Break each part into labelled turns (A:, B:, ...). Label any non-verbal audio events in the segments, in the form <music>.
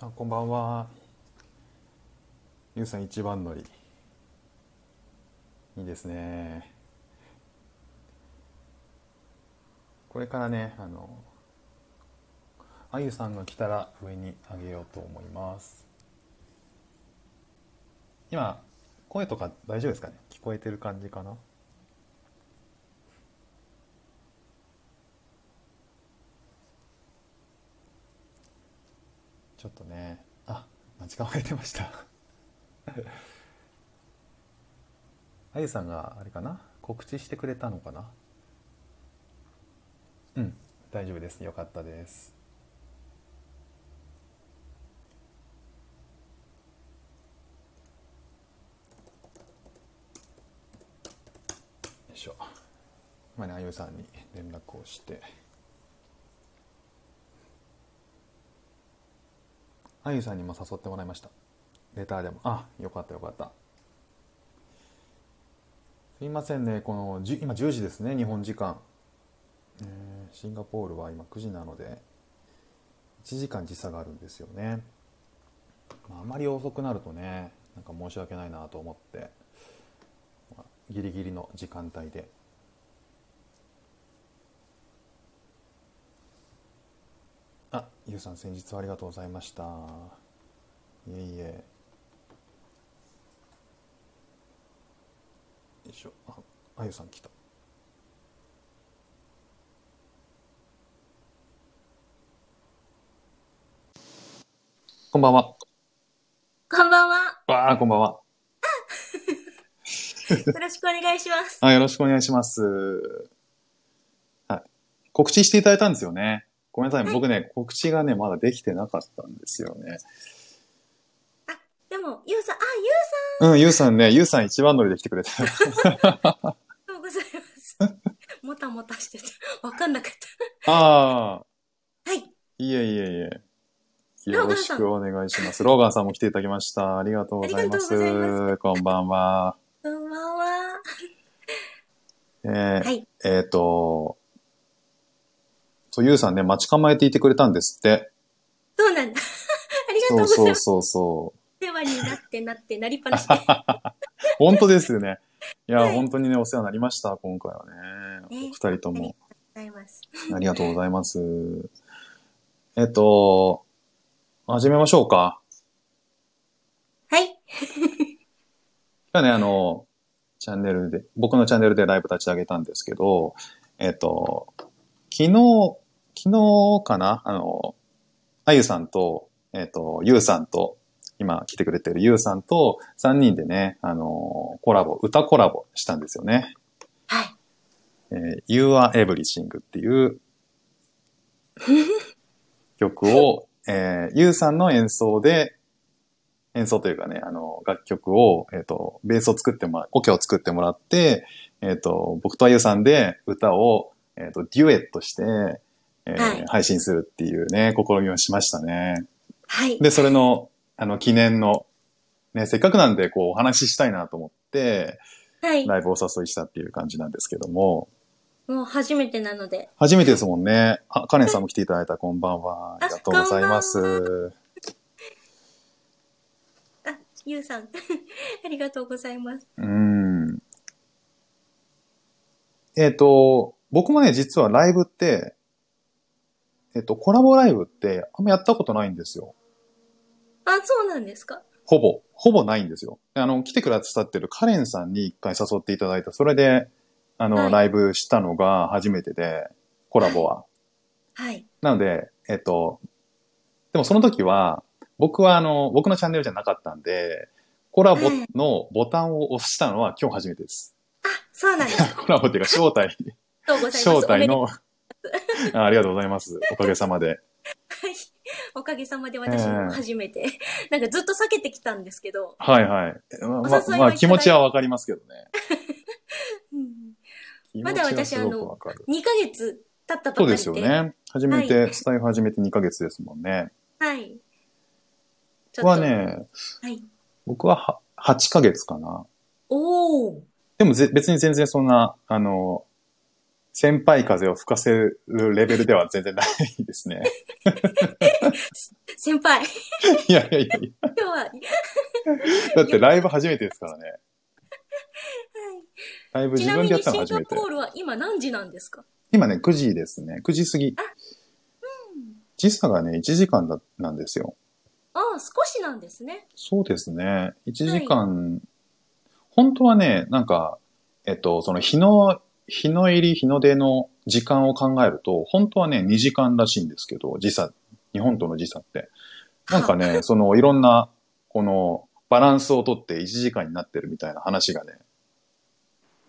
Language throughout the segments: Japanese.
A: あこんばんは。ゆうさん一番乗り。いいですね。これからね、あの、あゆさんが来たら上にあげようと思います。今、声とか大丈夫ですかね聞こえてる感じかなちょっとね、あ、待ち構えてました。あゆさんがあれかな告知してくれたのかなうん、大丈夫です。よかったです。よいしょ。まあね、あゆさんに連絡をして。あゆさんにも誘ってもらいましたレターでもあよかったよかったすいませんねこのじゅ今10時ですね日本時間、えーシンガポールは今9時なので1時間時差があるんですよね、まあ、あまり遅くなるとねなんか申し訳ないなと思って、まあギリギリの時間帯であ、ゆうさん先日はありがとうございました。いえいえ。よいしょ。あ、あゆさん来た。こんばんは。
B: こんばんは。
A: わあ、こんばんは。
B: よろしくお願いします。
A: あ、よろしくお願いします。はい。告知していただいたんですよね。ごめんなさい。僕ね、告知がね、まだできてなかったんですよね。
B: でも、ゆうさん、あ、
A: うん、ゆうさんね、ゆうさん一番乗りで来てくれて。
B: ゆうさん、おはようござい
A: <laughs>
B: ます。もたもたしてた。わかんなかっ
A: ああ。
B: た。はい。
A: いえいえいえ。よ
B: ロー
A: ろ
B: ガン
A: し
B: さん
A: くお願いします。ローガンさんも来ていただきました。ありがとうございます。
B: ありがとうござ
A: こんばんは。
B: こんばんは。
A: えー
B: はい。
A: えーと、そう、ゆうさんね、待ち構えていてくれたんですって。
B: そうなんだ。 <laughs> ありがと
A: そ
B: う
A: う
B: ござい
A: そ
B: ま
A: う
B: す。
A: そうそう。
B: お世話になってなってなりっぱなしで。
A: 本当ですよね。いや、
B: はい
A: 本当にね、お世話になりました、今回はね。お
B: ね
A: 二人とも。
B: ございます。
A: ありがとうございます。えっと、始めましょうか。
B: はい。
A: 今ね、あの、チャンネルで、僕のチャンネルでライブ立ち上げたんですけど、えっと、昨日、昨日かなあの、あゆさんと、えっと、ゆうさんと、今来てくれてるゆうさんと3人でね、あの、コラボ、歌コラボしたんですよね。
B: はい。
A: えー You are Everything っていう曲を、えー、ゆうさんの演奏で、演奏というかね、あの、楽曲を、えっ、と、ベースを作ってもら、オケを作ってもらって、えっ、と、僕とあゆさんで歌を、えっ、と、デュエットして、えー
B: はい
A: 配信するっていうね、試みをしましたね。
B: はい。
A: で、それの、あの、記念の、ね、せっかくなんで、こう、お話ししたいなと思って、
B: はい。
A: ライブをお誘いしたっていう感じなんですけども、
B: もう初めてなので。
A: 初めてですもんね。あ、カレンさんも来ていただいた、こんばんは。ありがとうございます。
B: あこん
A: う
B: あ、ゆうさん。 <laughs> ありがとうございます。
A: ん。えっ、と、僕もね、実はライブって、えっ、と、コラボライブって、あんまやったことないんですよ。
B: あ、そうなんですか。
A: ほぼ、ほぼないんですよ。あの、来てくださってるカレンさんに一回誘っていただいた、それで、あの、
B: はい
A: ライブしたのが初めてで、コラボは。
B: はい。
A: なので、えっと、でもその時は、僕はあの、僕のチャンネルじゃなかったんで、コラボ
B: うん
A: のボタンを押したのは今日初めてです。 <laughs>
B: あ、そうなんです。あり
A: コラボっていうか、招
B: <laughs>
A: 待、
B: がとうございます。
A: 招待
B: おめで
A: の、 <laughs> あありがとうございます。おかげさまで。
B: はい。おかげさまで私も初めて。なんかずっと避けてきたんですけど。
A: はいはい。ま
B: お誘いをい
A: ま
B: ただい
A: まあ、気持ちはわかりますけどね。
B: うん
A: 気
B: ま
A: 持
B: だ
A: ちは
B: 私
A: すごくわかる。
B: 2ヶ月経ったばか
A: そ
B: り
A: う
B: で。
A: ですよね。初めて、スタイフ始めて2ヶ月ですもんね。
B: はい。ち
A: 僕は、ね、
B: はい。
A: 僕はは8ヶ月かな。
B: おお。
A: でもぜ別に全然そんな、あの、先輩風を吹かせるレベルでは全然ないですね。 <laughs>
B: 先輩、 <laughs>
A: いやいやいやい
B: 今日は、はい。
A: や。だってライブ初めてですからね。ライブ
B: ち
A: 自
B: な
A: 分
B: み
A: でやっ
B: に
A: た
B: シ
A: の
B: ン
A: 初
B: ガ
A: めて
B: ポ。ールは今何時なんですか
A: 今ね、9時ですね。9時過ぎ。時差がね、1時間だなんですよ。
B: ああ、少しなんですね。
A: そうですね。1時間、本当はね、なんか、えっと、その日の、日の入り、日の出の時間を考えると、本当はね、2時間らしいんですけど、時差、日本との時差って。なんかね、そのいろんな、この、バランスをとって1時間になってるみたいな話がね、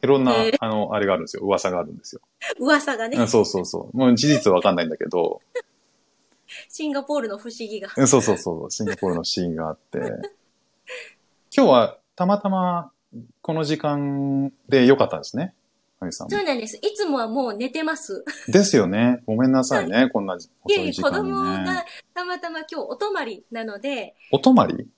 A: いろんな
B: へえ、
A: あの、あれがあるんですよ。噂があるんですよ。
B: 噂がね
A: う、んそうそうそう。もう事実はわかんないんだけど、
B: シンガポールの不思議が。
A: うんそうそうそう、シンガポールのシーンがあって。 <laughs> 今日はたまたまこの時間で良かったんですね。マミさんも
B: そうなんです。いつもはもう寝てます。
A: ですよね。ごめんなさいね、こんな遅
B: いえい
A: い
B: え、
A: 時
B: 子
A: 間
B: 供
A: にね
B: が。たまたま今日お泊まりなので、
A: お泊まり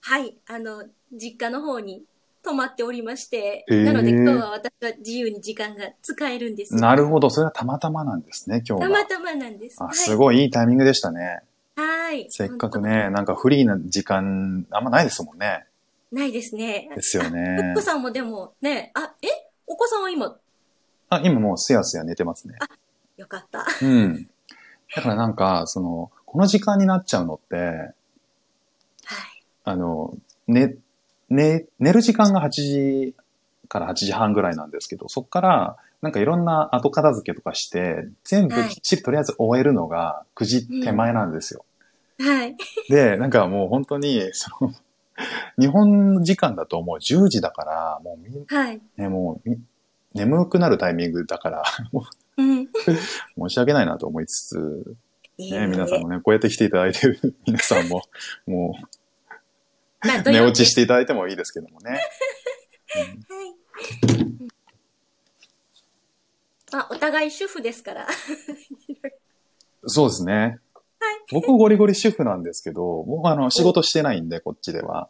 B: はい、あの、実家の方に泊まっておりまして、
A: へえ
B: なので今日は私は自由に時間が使えるんです。
A: なるほど、それはたまたまなんですね、今日
B: た
A: は。
B: またまなんです。
A: あすごいいいタイミングでしたね。
B: はい。はい。
A: せっかく
B: 本
A: ね、なんかフリーな時間、あんまないですもんね。
B: 当。ないですね。
A: ですよ
B: ふ <laughs> っ
A: ね
B: こ。さんもでもね、あ、えお子さんは今、
A: あ、今もうすやすや寝てますね。
B: よかった。
A: う
B: <laughs>
A: ん。だからなんか、その、この時間になっちゃうのって、
B: はい。
A: あの、ね、ね、寝る時間が8時から8時半ぐらいなんですけど、そこから、なんかいろんな後片付けとかして、全部
B: はい
A: きっちりとりあえず終えるのが9時手前なんですよ。
B: はい。
A: で、なんかもう本当に、その、日本時間だともう10時だから、もうみ、
B: はい。
A: ね、もうみ、眠くなるタイミングだから、
B: うん。
A: 申し訳ないなと思いつつ、
B: い
A: ね、皆さんもね、こうやって来ていただいてる皆さんも、も
B: まあ、
A: う、
B: 土
A: 寝
B: 曜
A: 落
B: 日
A: ちしていただいてもいいですけども
B: <laughs>
A: ね。うん
B: はい。まあ、お互い主婦ですから。 <laughs>
A: そうですね。僕ゴリゴリ主婦なんですけど、僕はあの仕事してないんで、こっちでは。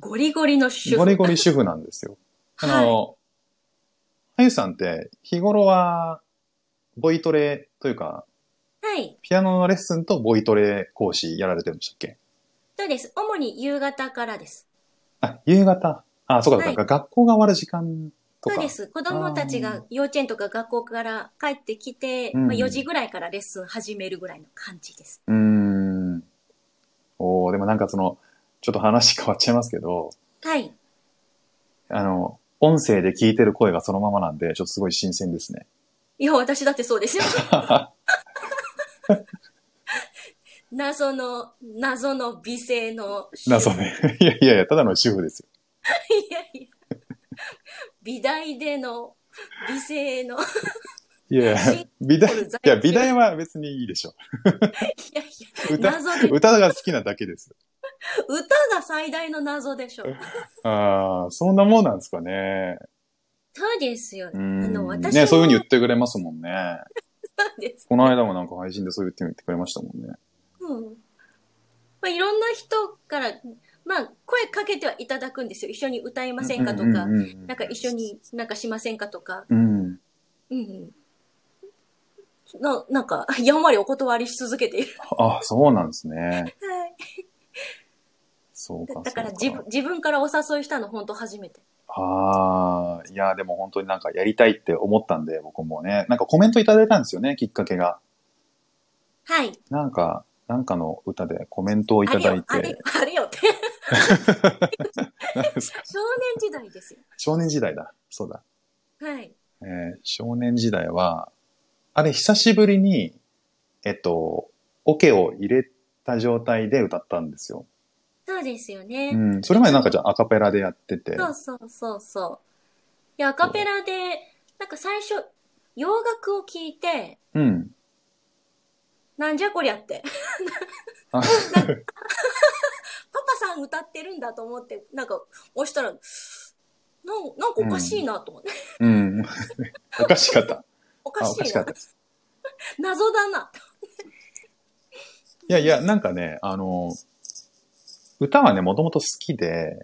B: ゴリゴリの主婦。
A: ゴリゴリ主婦なんですよ。あ
B: <laughs> はい。
A: の、あゆさんって日頃はボイトレというか、
B: はい。
A: ピアノのレッスンとボイトレ講師やられてるんでしたっけ
B: そうです。主に夕方からです。
A: あ、夕方。あ、そうか、
B: はい
A: だから学校が終わる時間と
B: そう
A: か。
B: です。子供たち
A: あー
B: が幼稚園とか学校から帰ってきて、
A: うん
B: まあ、4時ぐらいからレッスン始めるぐらいの感じです。
A: うーん。おーでもなんかその、ちょっと話変わっちゃいますけど、
B: はい。
A: あの、音声で聞いてる声がそのままなんで、ちょっとすごい新鮮ですね。
B: いや、私だってそうですよ。謎の、謎の美声の主婦。
A: 謎ね。いやいやいや、ただの主婦ですよ。
B: いやいや。美大での美声の。い
A: いやいや、 <laughs> 美大、
B: 在
A: い
B: 籍
A: や、美大は別にいいでしょ。
B: やいや、
A: 歌
B: 謎で、
A: 歌が好きなだけですよ。
B: 歌が最大の謎でしょ。
A: ああ、そんなもんなんですかね。
B: そうですよ。
A: う
B: あ
A: ん。
B: の、私
A: ね、そういうふうに言
B: っ
A: ってくれますもんね。
B: たんです。
A: この間もなんか配信でそう言ってみてくれましたもんね。
B: うん。まあ、いろんな人から、まあ、声かけてはいただくんですよ。一緒に歌いませんかとか、
A: うんうんうんうん
B: なんか一緒になんかしませんかとか、
A: うん。
B: うん。な、なんか、やんわりお断りし続けている。
A: あ、そうなんですね。
B: はい。
A: そうか
B: だ。だから
A: そう
B: 自分、自分からお誘いしたの本当初めて。
A: ああ、いや、でも本当になんかやりたいって思ったんで、僕もね。なんかコメントいただいたんですよね、きっかけが。
B: はい。
A: なんか、なんかの歌でコメントをい
B: あ
A: た
B: れ
A: だい
B: よ、あれ
A: て
B: よ、。あれ
A: <laughs>
B: よって。
A: 何ですか
B: 少年時代ですよ。
A: 少年時代だ。そうだ。
B: はい。
A: えー少年時代は、あれ久しぶりに、えっと、オケを入れた状態で歌ったんですよ。
B: そうですよね。
A: うん。それまでなんかじゃあアカペラでやってて。
B: そうそうそうそう。いや、アカペラで、なんか最初、洋楽を聴いて、
A: うん。
B: なんじゃこりゃって。
A: あ
B: パパさん歌ってるんだと思って、なんか押したら、なんなんかおかしいなと思って。
A: うん。 <laughs> おかしかった。
B: おか
A: あ、
B: し
A: おかし
B: い
A: かっ
B: な
A: た。。です
B: 謎だな。
A: いやいや、なんかね、あの、歌はね、もともと好きで、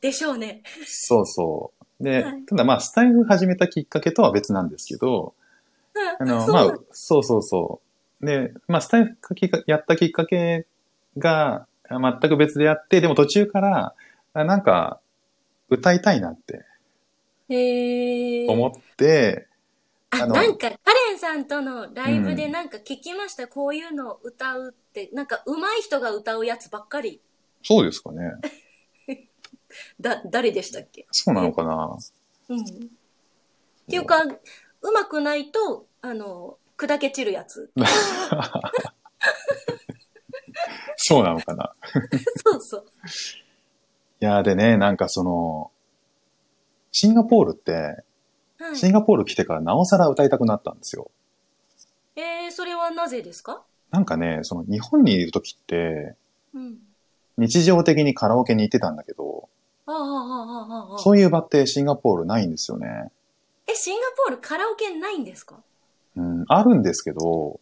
B: でしょうね。
A: そうそう。で、
B: はい
A: ただまあ、スタイフ始めたきっかけとは別なんですけど、あの、
B: そう
A: ま
B: なん
A: あ、そうそうそう。で、まあ、スタイフきっかやったきっかけがあ全く別でやって、でも途中から、あなんか、歌いたいなって
B: へえ。
A: 思って、あ
B: あ、
A: の
B: なんか、カレンさんとのライブでなんか聞きました。こういうのを歌うって、なんか上手い人が歌うやつばっかり。
A: そうですかね。
B: だ、誰でしたっけ
A: そうなのかな。
B: うん。っていうか、上手くないと、あの、砕け散るやつ。
A: そうなのかな。
B: そうそう。
A: いやーでね、なんかその、シンガポールって、
B: は
A: シン
B: い。
A: ガポール来てからなおさら歌いたくなったんですよ。
B: えー、それはなぜですか
A: なんかね、その日本にいる時って、
B: うん。
A: 日常的にカラオケに行ってたんだけど、
B: ああ、ああ、ああ、ああ。
A: そういう場ってシンガポールないんですよね。
B: え、シンガポールカラオケないんですか
A: うん、あるんですけど、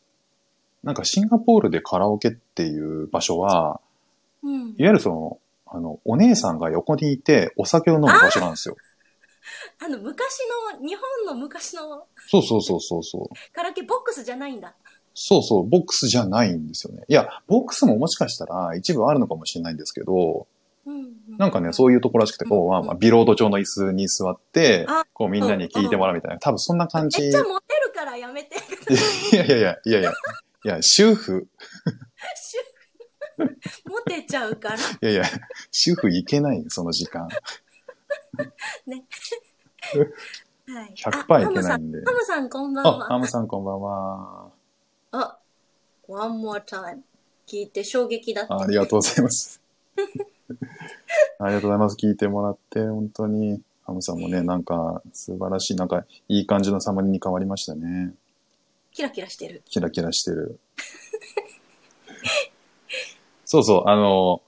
A: なんかシンガポールでカラオケっていう場所は、
B: うん
A: い。わゆるその、あの、お姉さんが横にいてお酒を飲む場所なんですよ。
B: あの、昔の、日本の昔の
A: そうそうそうそうそう。
B: カラオケボックスじゃないんだ。
A: そうそう、ボックスじゃないんですよね。いや、ボックスももしかしたら一部あるのかもしれないんですけど、
B: うん。
A: なんかね、
B: う
A: そういうところらしくて、
B: うん
A: こう、まあまあ、ビロード調の椅子に座って
B: あ、
A: こうみんなに聞いてもらうみたいな、多分そんな感じ。
B: め
A: い
B: っちゃモテるからやめて。 <laughs>
A: やいやいや、いやいや、いや、主婦、
B: シュモテちゃうから。
A: いやいや、主婦いけない、その時間。 <laughs>
B: はい。
A: 100%いけ
B: あ
A: ない
B: ハムさん
A: んで。
B: ハムさんこんばん
A: あ、
B: は。
A: アムさんこんばんは。
B: あ、one more time。聞いて衝撃だった。
A: ありがとうございます。ありがとうございます。聞いてもらって、本当に。ハムさんもね、なんか、素晴らしい、なんか、いい感じのサマリに変わりましたね。
B: キラキラしてる。
A: キラキラしてる。そうそう、あの、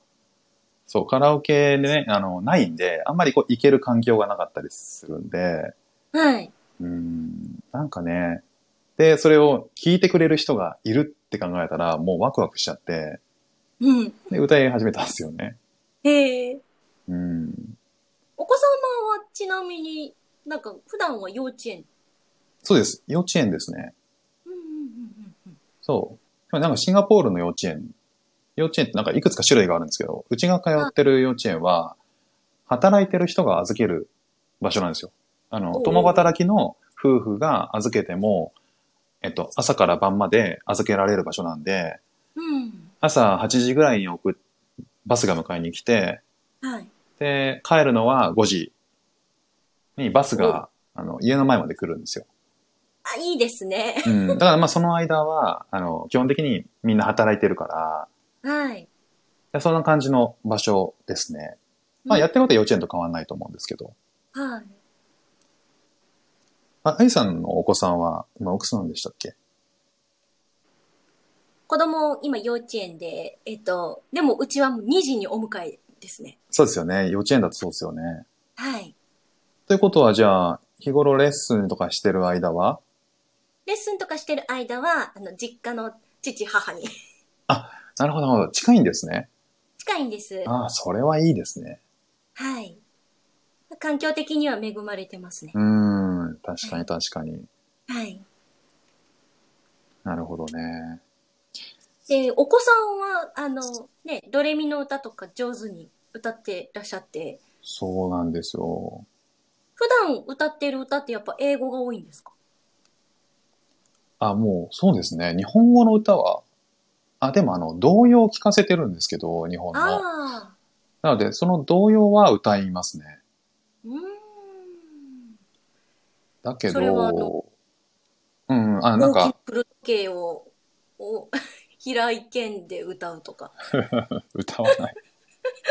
A: そう、カラオケでね、あの、ないんで、あんまりこう、行ける環境がなかったりするんで、
B: はい。
A: うん、なんかね、で、それを聞いてくれる人がいるって考えたら、もうワクワクしちゃって、
B: うん。
A: で、歌い始めたんですよね。
B: へえ。
A: うん。
B: お子様はちなみになんか普段は幼稚園。
A: そうです。幼稚園ですね。
B: うんうんうんうん
A: そう。なんかシンガポールの幼稚園、幼稚園ってなんかいくつか種類があるんですけど、うちが通ってる幼稚園は、働いてる人が預ける場所なんですよ。あの、
B: おう
A: 共働きの夫婦が預けても、えっと、朝から晩まで預けられる場所なんで、
B: うん。
A: 朝8時ぐらいに送っ、バスが迎えに来て、
B: うん。はい。
A: で、帰るのは5時にバスが、あの、家の前まで来るんですよ。
B: あ、いいですね。
A: うん。だからまあその間は、あの、基本的にみんな働いてるから、
B: はい。
A: いやそんな感じの場所ですね。まあ、やってることは幼稚園と変わらないと思うんですけど。
B: はい。
A: あ、あゆさんのお子さんは、今、奥さんでしたっけ
B: 子供、今幼稚園で、えっと、でもうちはもう2時にお迎えですね。
A: そうですよね。幼稚園だとそうですよね。
B: はい。
A: ということは、じゃあ、日頃レッスンとかしてる間は、
B: レッスンとかしてる間は、あの、実家の父、母に <laughs>
A: なるほど、なるほど。近いんですね。
B: 近いんです。
A: ああ、それはいいですね。
B: はい。環境的には恵まれてますね
A: う。ーん、確かに確かに。
B: はい。
A: なるほどね。
B: で、お子さんは、あの、ね、ドレミの歌とか上手に歌ってらっしゃって、
A: そうなんですよ。
B: 普段歌ってる歌ってやっぱ英語が多いんですか
A: あ、もう、そうですね。日本語の歌は、あ、でもあの、童謡を聞かせてるんですけど、日本の。
B: ああ。
A: なので、その童謡は歌いますね。
B: うーん。
A: だけ
B: それはあの
A: ど、うん、あ、なん
B: 大き
A: か
B: な、プロ時計を、を、 <laughs> 平井堅で歌うとか。 <laughs>
A: 歌わない。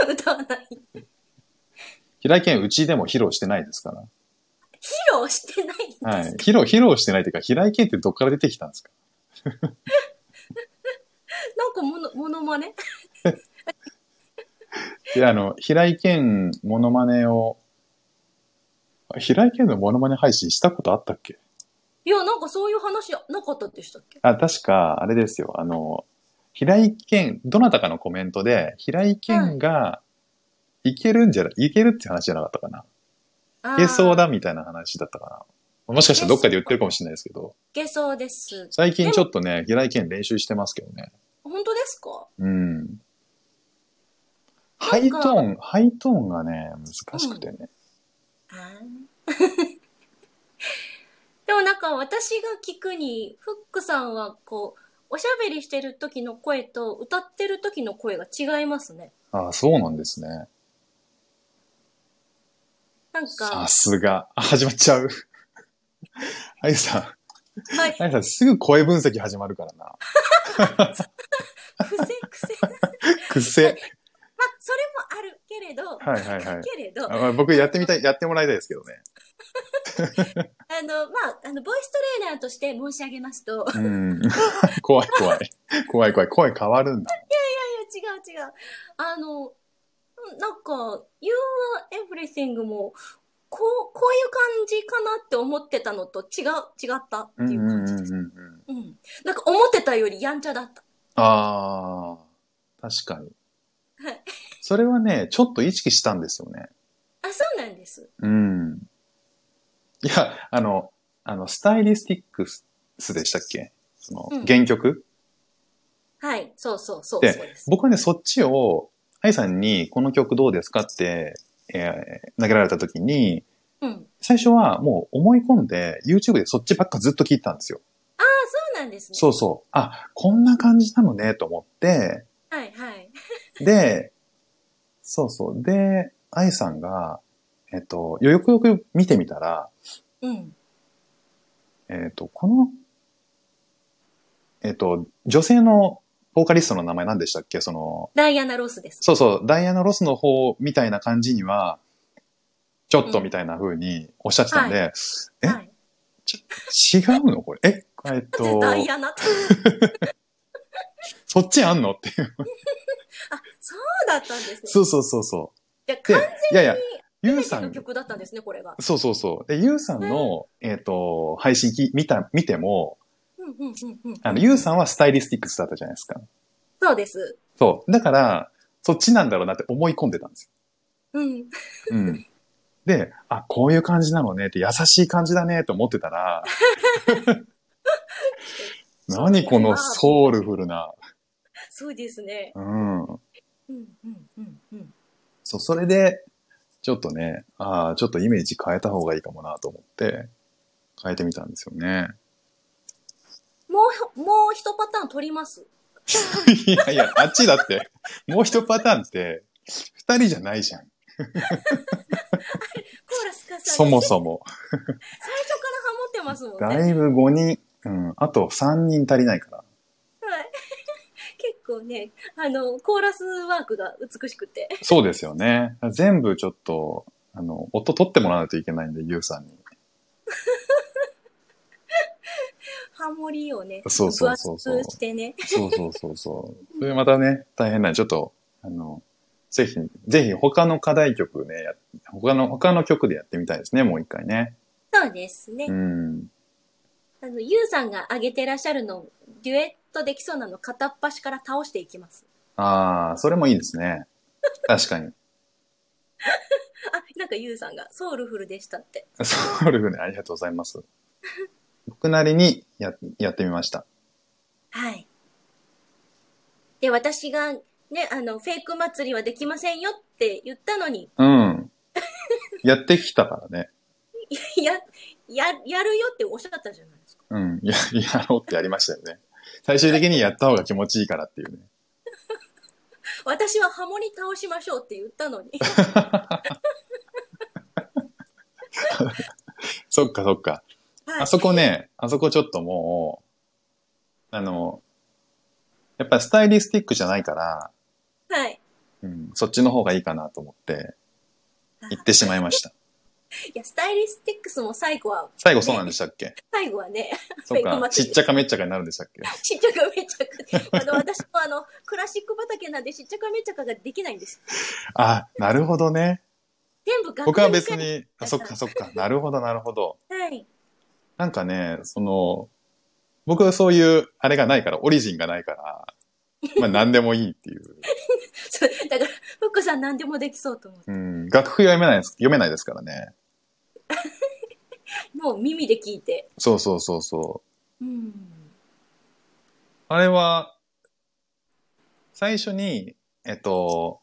B: 歌わない。披
A: 平井堅、うちでも披露してないですから。
B: 露してないんですか、
A: はい。披露、披露してないというか、平井堅ってどっから出てきたんですか
B: なんかもの、ものまね
A: いや、あの、平井堅モノマネを、あ平井堅のモノマネ配信したことあったっけ
B: いや、なんかそういう話なかったでしたっけ
A: あ、確か、あれですよ、あの、平井堅、どなたかのコメントで、平井堅が、いけるんじゃない、いけるって話じゃなかったかな。
B: あ
A: いけそう
B: だ。
A: だみたいな話だったかもしかしたらどっかで言ってるかもしれないですけど、
B: いけそうです。
A: 最近ちょっとね、平井堅練習してますけどね。
B: 本当ですか
A: うん。ハイトーン、ハイトーンがね、難しくてね。
B: あー <laughs> でもなんか私が聞くに、フックさんはこう、おしゃべりしてる時の声と歌ってる時の声が違いますね。
A: ああ、そうなんですね。
B: なん
A: さ
B: か、
A: すが。あ、始まっちゃう。あゆさん、
B: はい、
A: あゆさん、すぐ声分析始まるからな。
B: くせくせ。 <laughs> ま
A: 癖。
B: あ、それもあるけれ
A: は
B: ど、
A: いはいはい
B: けれど、
A: あまあ僕やってみたい、やってもらいたいですけどね。
B: あの、まあ、あの、ボイストレーナーとして申し上げますと、い
A: うん。怖い怖い。怖い怖い。声変わるんだ。
B: や、違う違う。あの、うんなんか、You are everything も、こう、こういう感じかなって思ってたのと違う、違ったって
A: うん
B: いううん感
A: うん
B: じ
A: う
B: で
A: ん
B: す。
A: うん。
B: うん。なんか思ってたよりやんちゃだった。
A: ああ、確かに
B: はい。
A: それはね、ちょっと意識したんですよね。
B: あ、そうなんです。
A: うん。いや、あの、あの、スタイリスティックスでしたっけその
B: うん
A: 原曲、
B: はい。そうそうそう
A: で
B: そうです。
A: 僕はね、そっちを、あいさんにこの曲どうですかって、えー投げられた時に、
B: うん。
A: 最初はもう思い込んで YouTube でそっちばっかずっと聞いてたんですよ。
B: ああ、そうなんですね。
A: そうそう。あ、こんな感じなのねと思って、
B: はいはい。
A: で、そうそう。で、愛さんが、えっと、よくよく見てみたら、
B: うん。
A: えっと、この、えっと、女性のボーカリストの名前何でしたっけその、
B: ダイアナ・ロスです。
A: そうそう、ダイアナ・ロスの方みたいな感じには、ちょっと
B: うん
A: みたいな風におっしゃってたんで、え
B: はい。
A: 違うのこれ。え、えっ
B: じゃあ
A: と、
B: ダイアナと。
A: そっちあんのっていう。
B: あ、そうだったんですね。
A: そうそうそうそ
B: じゃあ
A: う。で
B: 完、
A: いやいや、
B: 全
A: ゆう
B: に初
A: さ
B: めての
A: ん、
B: 曲だったんですね、これが。
A: そうそうそう。で、ゆうさんの、えっ、と、配信き見た、見ても、
B: うんうんうんうん。
A: あの、ゆうさんはスタイリスティックスだったじゃないですか。
B: そうです。
A: そう。だから、そっちなんだろうなって思い込んでたんです
B: うん。
A: よ。うん。で、あ、こういう感じなのねって、優しい感じだねと思ってた <laughs> ら、何このソウルフルな。
B: そうですね。
A: うん。
B: うんうんうんうん。
A: そう、それで、ちょっとね、ああ、ちょっとイメージ変えた方がいいかもなと思って、変えてみたんですよね。
B: もう、もう一パターン取ります。
A: いやいや、あっちだって、もう一パターンって、二人じゃないじゃん。
B: コーラスかさ、
A: そもそも。
B: 最初からハモってますもんね。はい。
A: だいぶ5人、うん、あと3人足りないから。
B: 結構ね、あの、コーラスワークが美しくて。
A: そうですよね。全部ちょっと、あの、音取ってもらわないといけないんで、ゆうさんに。
B: ハモリをね、
A: そうそうそうそう
B: 分厚くしてね。
A: そうそうそうそう。それまたね、大変なんで、ちょっと、あの、ぜひ、ぜひ他の課題曲ね、や他の、他の曲でやってみたいですね、もう一回ね。
B: そうですね。
A: うん。
B: あの、ゆうさんが挙げてらっしゃるのを、デュエットできそうなの片っ端から倒していきます。
A: ああ、それもいいですね。確かに。
B: あ、なんかゆうさんがソウルフルでしたって。
A: そういうふうにありがとうございます。 <laughs> 僕なりにややってみました。
B: はい。で、私がね、あの、フェイク祭りはできませんよって言ったのに、
A: うん。 <laughs> やってきたからね。
B: や、や、やるよっておっしゃったじゃないですか。
A: うん。 <laughs> や、やろうってやりましたよね。最終的にやった方が気持ちいいからっていうね。
B: 私はハモに倒しましょうって言っ
A: <laughs>
B: たのに。
A: そっかそっか。
B: はい
A: あ。そこね、あそこちょっともう、あの、やっぱスタイリスティックじゃないから、
B: はい。
A: うん、そっちの方がいいかなと思って、行ってしまいま
B: <laughs>
A: した。
B: いや、スタイリスティックスも最後は、
A: 最後そうなんでしたっけ
B: 最後はね、 <laughs>
A: そっ
B: フェイク
A: か、
B: 祭
A: ち
B: り
A: っちゃかめっちゃかになるんでしたっけ
B: しっちゃかめっち
A: <laughs>
B: ゃか。あの、私もあの、クラシック畑なんでしっちゃかめっちゃかができないんです。
A: あ、なるほどね。
B: 全部楽
A: 僕は別
B: 屋に
A: に、あそっかそっか、なるほどなるほど。
B: 帰る。はい。
A: なんかね、その、僕はそういう、あれがないから、オリジンがないから、まあ何でもいいっていう。
B: そうだから、フックさん何でもできそうと思って。
A: うん、楽譜読めないです、読めないですからね。
B: もう耳で聞いて。
A: そうそうそうそう。
B: うん。
A: あれは、最初に、えっと、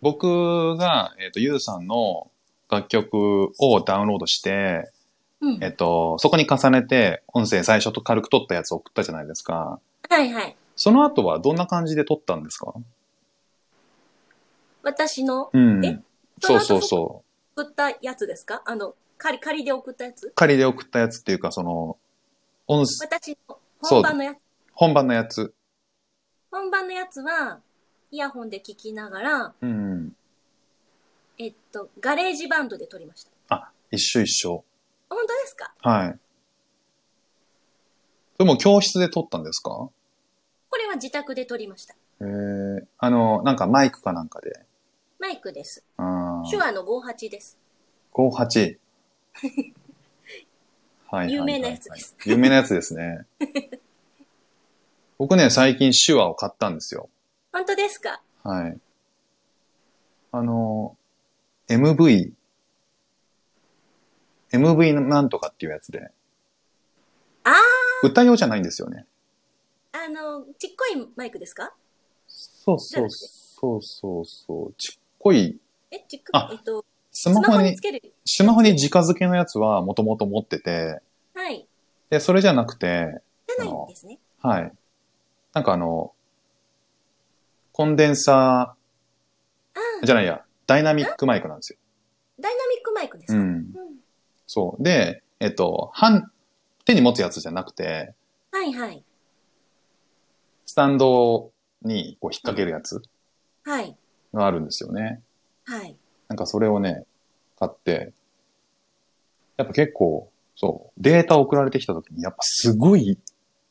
A: 僕が、えっと、ゆうさんの楽曲をダウンロードして、
B: うん。
A: えっと、そこに重ねて、音声最初と軽く撮ったやつを送ったじゃないですか。
B: はいはい。
A: その後はどんな感じで撮ったんですか
B: 私の
A: うん。
B: え
A: そうそうそ
B: 送ったやつですかあの、仮、仮で送ったやつ
A: う。仮で送ったやつっていうか、その、音声、
B: 私の
A: そう
B: 本番のやつ。
A: 本番のやつ。
B: 本番のやつは、イヤホンで聞きながら、
A: うん。
B: えっと、ガレージバンドで撮りました。
A: あ、一緒一緒。
B: 本当ですか
A: はい。でも教室で撮ったんですか
B: これは自宅で撮りました。
A: えー、あの、なんかマイクかなんかで。
B: マイクです。
A: あ
B: 手話の58です。
A: 五
B: <laughs>
A: 八。はいはいはいはい
B: 有名なやつです。
A: 有名なやつです
B: <laughs>
A: ね。僕ね、最近手話を買ったんですよ。
B: 本当ですか
A: はい。あの、MV。MV なんとかっていうやつで。
B: あ
A: 歌用じゃないんですよね。
B: あの、ちっこいマイクですか
A: そうそうそうそうそう。ちっこい。
B: え、ちっこ
A: あ
B: い、えっと、
A: ス
B: ス
A: マ
B: マ
A: ホ
B: ホ
A: に
B: につ、ける。
A: スマホに直付けのやつはもともと持ってて、
B: はい。
A: で、それじゃなくて、
B: じゃないんですね。
A: はい。なんかあの、コンデンサ
B: あ
A: ー、
B: あ、
A: じゃないや、ダイナミックマイクなんですよ。
B: ダイナミックマイクです
A: う
B: か、
A: ん。
B: うん
A: そう。で、えっと、半、手に持つやつじゃなくて、
B: はいはい。
A: スタンドにこう引っ掛けるやつ
B: はい。
A: があるんですよね。
B: はい。
A: なんかそれをね、買って、やっぱ結構、そう、データ送られてきた時に、やっぱすごい、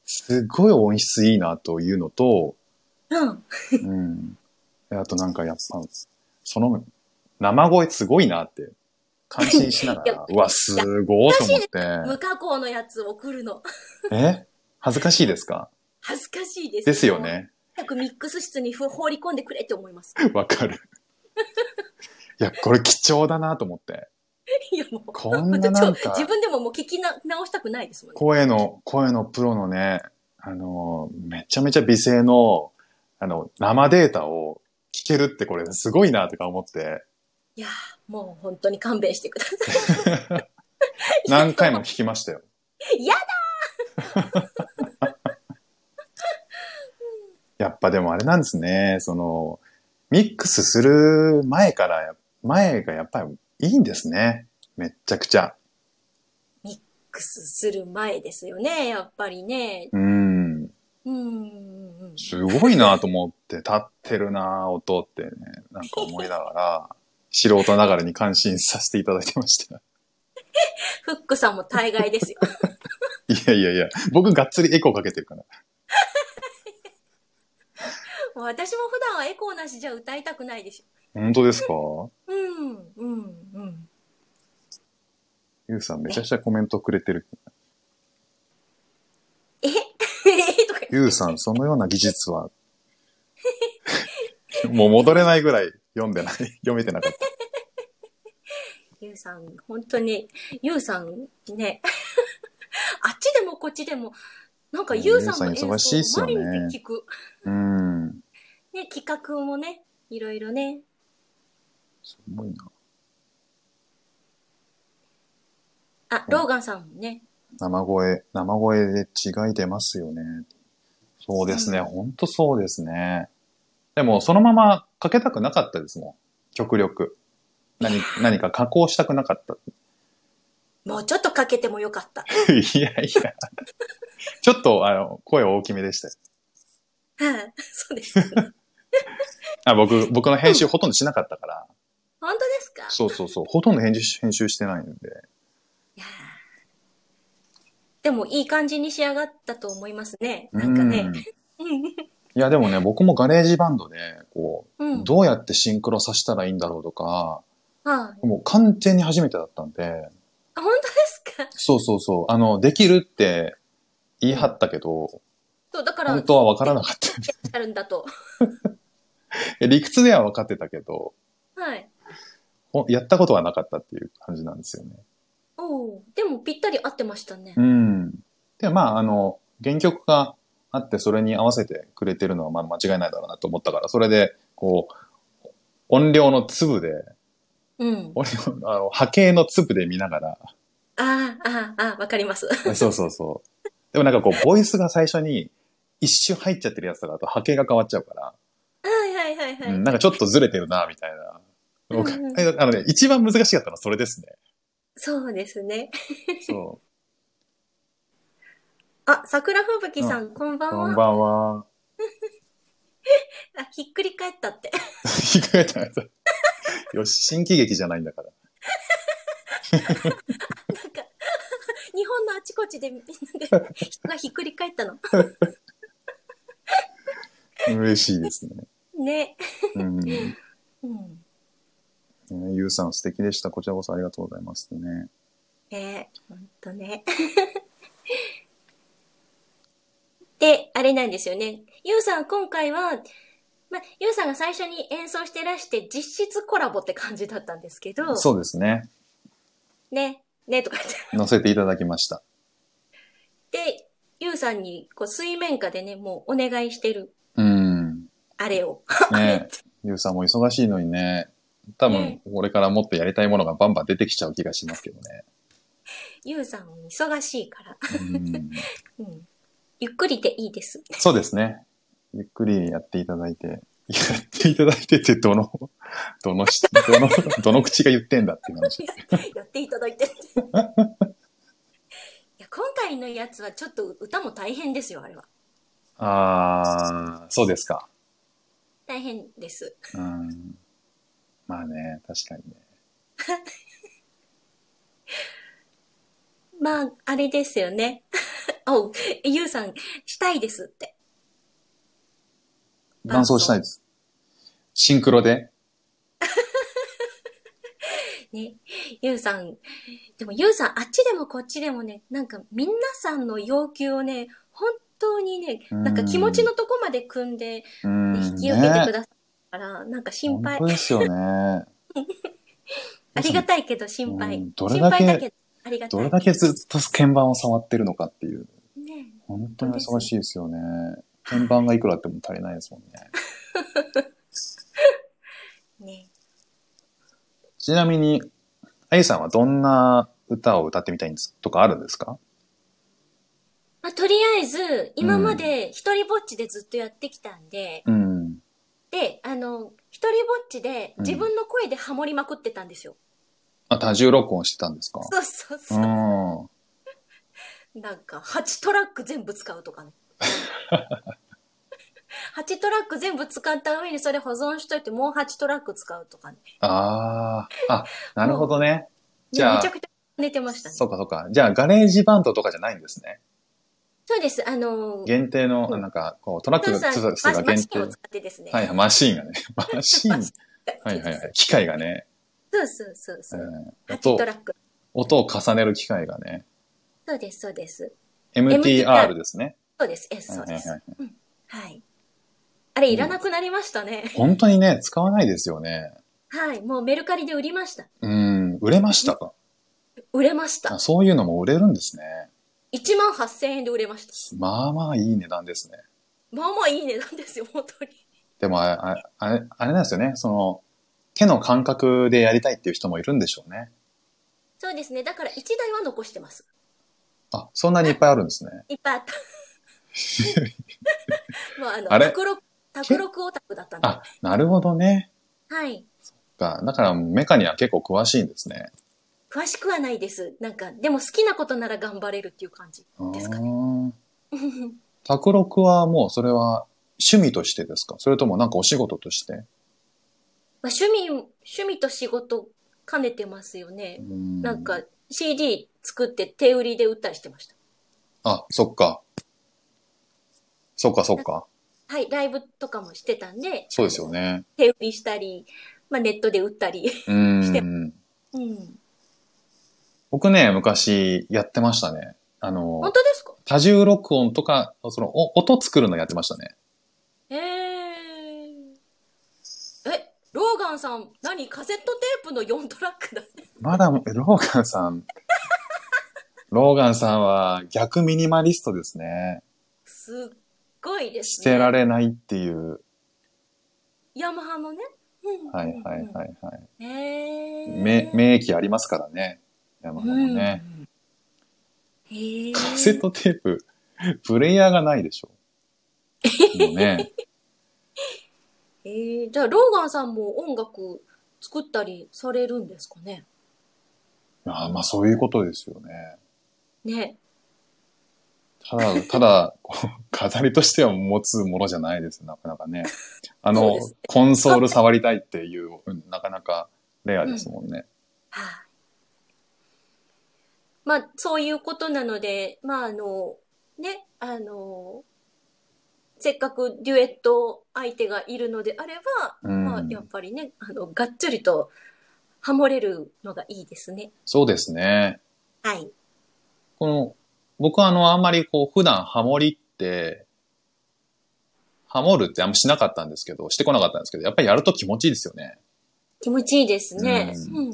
A: すごい音質いいなというのと、
B: うん。
A: うん。あとなんかやっぱ、その生声すごいなって感心しなが
B: <laughs> いや
A: ら、うわ、すごいと思っ
B: 無加工のやつ送るの。 <laughs>
A: て。え恥ずかしいですか
B: 恥ずかしいです。
A: ですよ。ね。
B: 早くミックス室にふ放り込んでくれって思
A: <laughs>
B: います。
A: わかる。いや、これ貴重だなと思って。
B: いやもう。
A: こんななん
B: ちょ
A: か
B: 自、分でももう聞きな直したくないですもんね。
A: 声の、声のプロのね、あの、めちゃめちゃ美声の、あの、生データを聞けるってこれすごいなとか思って、
B: いやーもう本当に勘弁してください。
A: 何回も。聞きましたよ。
B: や
A: やっぱでもあれなんですね。その、ミックスする前から、前がやっぱりいいんですね。めっちゃくちゃ。
B: ミックスする前ですよね、やっぱりね。
A: うん。
B: うーん。
A: すごいなと思って、立ってるな音ってね、なんか思いながら、素人ながらに感心させていただいてました。 <laughs>
B: フックさんも大概ですよ。
A: いやいやいや、僕がっつりエコーかけてるから。
B: もう私も普段はエコーなしじゃ歌いたくないでし
A: 本当ですか
B: ょ。うん、うん、うん。 <laughs>
A: ゆうさんめちゃくちゃコメントくれてる。
B: ええとか言って
A: ゆうさん、そのような技術は、もう戻れないぐらい読んでない、読めてなかった。
B: ゆうさん、本当に、ゆうさんね、 <laughs> あっちでもこっちでも、なんかゆうさんの演奏を
A: ゆうさん忙しいっすよね
B: 毎日聞く。
A: うん。
B: ね、企画もね、いろいろね。
A: すごいな。
B: あ、ローガンさんもね。
A: 生声、生声で違い出ますよね。そうですね。
B: うん
A: ほんとそうですね。でも、そのままかけたくなかったですもん。極力。
B: <laughs>
A: 何、何か加工したくなかった。
B: もうちょっとかけてもよかった。 <laughs>
A: いやいや。ちょっと、あの、声大きめでしたよ
B: はいそうです。
A: あ、僕、僕の編集ほとんどしなかったから。
B: 本当ですか
A: そうそうそう。ほとんど編集、編集してないんで。
B: いやーでもいい感じに仕上がったと思いますね。
A: う
B: なんかね。
A: ん。いや、でもね、僕もガレージバンドで、こ
B: う
A: う、
B: ん。
A: どうやってシンクロさせたらいいんだろうとか、
B: ああ、
A: もう完全に初めてだったんで、
B: 本当ですか
A: そうそうそう。あの、できるって言い張ったけど、
B: そう、だから、
A: 本当は分からなかった。
B: あるんだと。
A: <laughs> 理屈では分かってたけど、
B: はい。
A: おやったことはなかったっていう感じなんですよね。
B: おうでもぴったり合ってましたね
A: う。ん。で、まあ、あの、原曲があって、それに合わせてくれてるのは、まあ、間違いないだろうなと思ったから、それで、こう、音量の粒で、
B: うん。
A: 音量、あの、波形の粒で見ながら、 <laughs>
B: ああ、ああ、ああ、わかります。
A: そうそうそう。でもなんかこう、ボイスが最初に一周入っちゃってるやつとかだと波形が変わっちゃうから、
B: はいはいはいはい。
A: うん、なんかちょっとずれてるな、みたいな。僕
B: うんうん
A: あのね、一番難しかったのはそれですね。
B: そうですね。
A: そ
B: <laughs> あ、桜吹雪さん、こんば
A: う。
B: ん
A: こん
B: は。
A: ばんは。
B: あひっくり返ったって。
A: ひっくり返ってない <laughs> よし、新喜劇じゃないんだから。
B: 日本のあちこちでみんなが人がひっくり返ったの。
A: 嬉しい
B: <laughs>
A: ですね。
B: ね。
A: うん。
B: うん。
A: ねゆうさん素敵でした。こちらこそありがとうございますね。
B: ねほんとね。 <laughs> で、あれなんですよね。ゆうさん、今回は、ま、ゆうさんが最初に演奏してらして、実質コラボって感じだったんですけど、
A: そうですね。
B: ね、ね、とか言って。
A: 載せていただきました。
B: で、ゆうさんに、こう、水面下でね、もうお願いしてる、
A: うん。
B: <laughs> あれを。
A: ねゆうさんも忙しいのにね。多分
B: ね、
A: これからもっとやりたいものがバンバン出てきちゃう気がしますけど
B: <laughs>
A: ね。
B: ゆうさん、忙しいから。
A: うん、
B: うん。ゆっくりでいいです。 <laughs>
A: そうですね。ゆっくりやっていただいて。やっていただいてって、どの、どのし、どの、どの口が言ってんだっていう話。
B: やっていただいてって。いや今回のやつはちょっと歌も大変ですよ、あれは。
A: あー、そうですか。
B: 大変です。
A: うん。まあね、確かにね。
B: まあ、あれですよね。 <laughs> おう、ゆうさん、したいですって。
A: 伴奏したいです。シンクロで
B: ね。ゆうさん、でもゆうさん、あっちでもこっちでもね、なんか皆さんの要求をね、本当にね、
A: うん
B: なんか気持ちのとこまで組んで、ね
A: うん
B: 引き受けてく
A: ね
B: ださったから、なんか心配
A: 本当。です
B: <laughs>
A: よね。
B: ありがたいけど心配。
A: うんどれだけ
B: 心配だけど、ありがたい。
A: どれだけずっと鍵盤を触ってるのかっていう。
B: ね
A: 本当に忙しいですよね。鍵盤がいくらあっても足りないですもんね。
B: ね
A: ちなみに、あゆさんはどんな歌を歌ってみたいんですとかあるんですか
B: まあ、とりあえず、今まで一人ぼっちでずっとやってきたんで、
A: うん。
B: で、あの、一人ぼっちで自分の声でハモりまくってたんですよ。
A: あ、多重録音してたんですか
B: そうそうそうう。
A: ん。
B: なんか、8トラック全部使うと
A: <laughs>
B: かね。8トラック全部使った上にそれ保存しといて、もう8トラック使うとかね。
A: あーあ、なるほどね。じゃあ
B: めちゃくちゃ寝てましたね。
A: そうかそうか。じゃあ、ガレージバンドとかじゃないんですね。
B: そうです。あの、
A: 限定の、
B: うん
A: なんか、こう、トラック
B: プー
A: の
B: さん、
A: 数
B: マ
A: が
B: シマ
A: 限
B: シン
A: 定
B: を。使ってですね。
A: はい、マシーンが <laughs> ね。マシーン。
B: は
A: はいはいはい。機械がね、
B: そうそうそうそう。
A: えー
B: 8
A: 音を
B: トラック。
A: 音を重ねる機械がね、
B: そうです、そうです。
A: MTR ですね。
B: そうです、S、そう
A: はい
B: で
A: はい
B: す。
A: は
B: はいい。あれ、いらなくなりましたね。
A: 本当にね、使わないですよね。
B: はい、もうメルカリで売りました。
A: うん、売れましたか。
B: 売れました
A: あ。そういうのも売れるんですね。
B: 1万8000円で売れました。
A: まあまあいい値段ですね。
B: まあまあいい値段ですよ、本当に。
A: でもあれ、あれあれ、あれなんですよね。その、手の感覚でやりたいっていう人もいるんでしょうね。
B: そうですね。だから1台は残してます。
A: あ、そんなにいっぱいあるんですね。
B: いっぱ
A: <laughs>
B: いあった。もうあの、
A: あれ
B: 卓録、卓録オタクだったんで。
A: あ、なるほどね。
B: はい。
A: がだから、メカには結構詳しいんですね。
B: 詳しくはないです。なんか、でも好きなことなら頑張れるっていう感じ
A: う
B: ですかね。 <laughs>
A: ん。卓録はもうそれは趣味としてですかそれともなんかお仕事として
B: まあ、趣味、趣味と仕事兼ねてますよね。
A: な
B: なんか CD 作って手売りで売ったりしてました。
A: あ、そっか。そっかそっか。
B: はい、ライブとかもしてたんで、
A: そうですよね。
B: 手売りしたり、まあ、ネットで売ったり。
A: う
B: して
A: ん。
B: うん。
A: 僕ね、昔やってましたね。あ
B: 本
A: の、
B: 当ですか
A: 多重録音とか、その、お音作るのやってましたね。
B: へえ。え、ローガガンさん、何カセットテープの4トラックだ。
A: まだ、ローガンさ <laughs> ん。ローガンさんは逆ミニマリストですね。
B: すっごいです
A: 捨
B: ね。
A: てられないっていう。
B: ヤマハのね。うん
A: はいはいはいはい。
B: い。へえ。
A: め、免疫ありますからね。山田もね。
B: うん。へえ。
A: カセットテープ、プレイヤーがないでしょ。もう <laughs> ね。
B: えー、じゃあ、ローガンさんも音楽作ったりされるんですかね
A: まあまあそういうことですよね。
B: ね。
A: ただ、ただ、こう飾りとしては持つものじゃないです。なかなかね。あ
B: そう
A: の
B: ですね、
A: コンソール触りたいっていう、うんなかなかレアですもんね。
B: はい。まあ、そういうことなので、まあ、あの、ね、あの、せっかくデュエット相手がいるのであれば、
A: うん
B: まあ、やっぱりね、あの、がっつりとハモれるのがいいですね。
A: そうですね。
B: はい。
A: この、僕はあの、あんまりこう、普段ハモリって、ハモるってあんましなかったんですけど、してこなかったんですけど、やっぱりやると気持ちいいですよね。
B: 気持ちいいですね。
A: う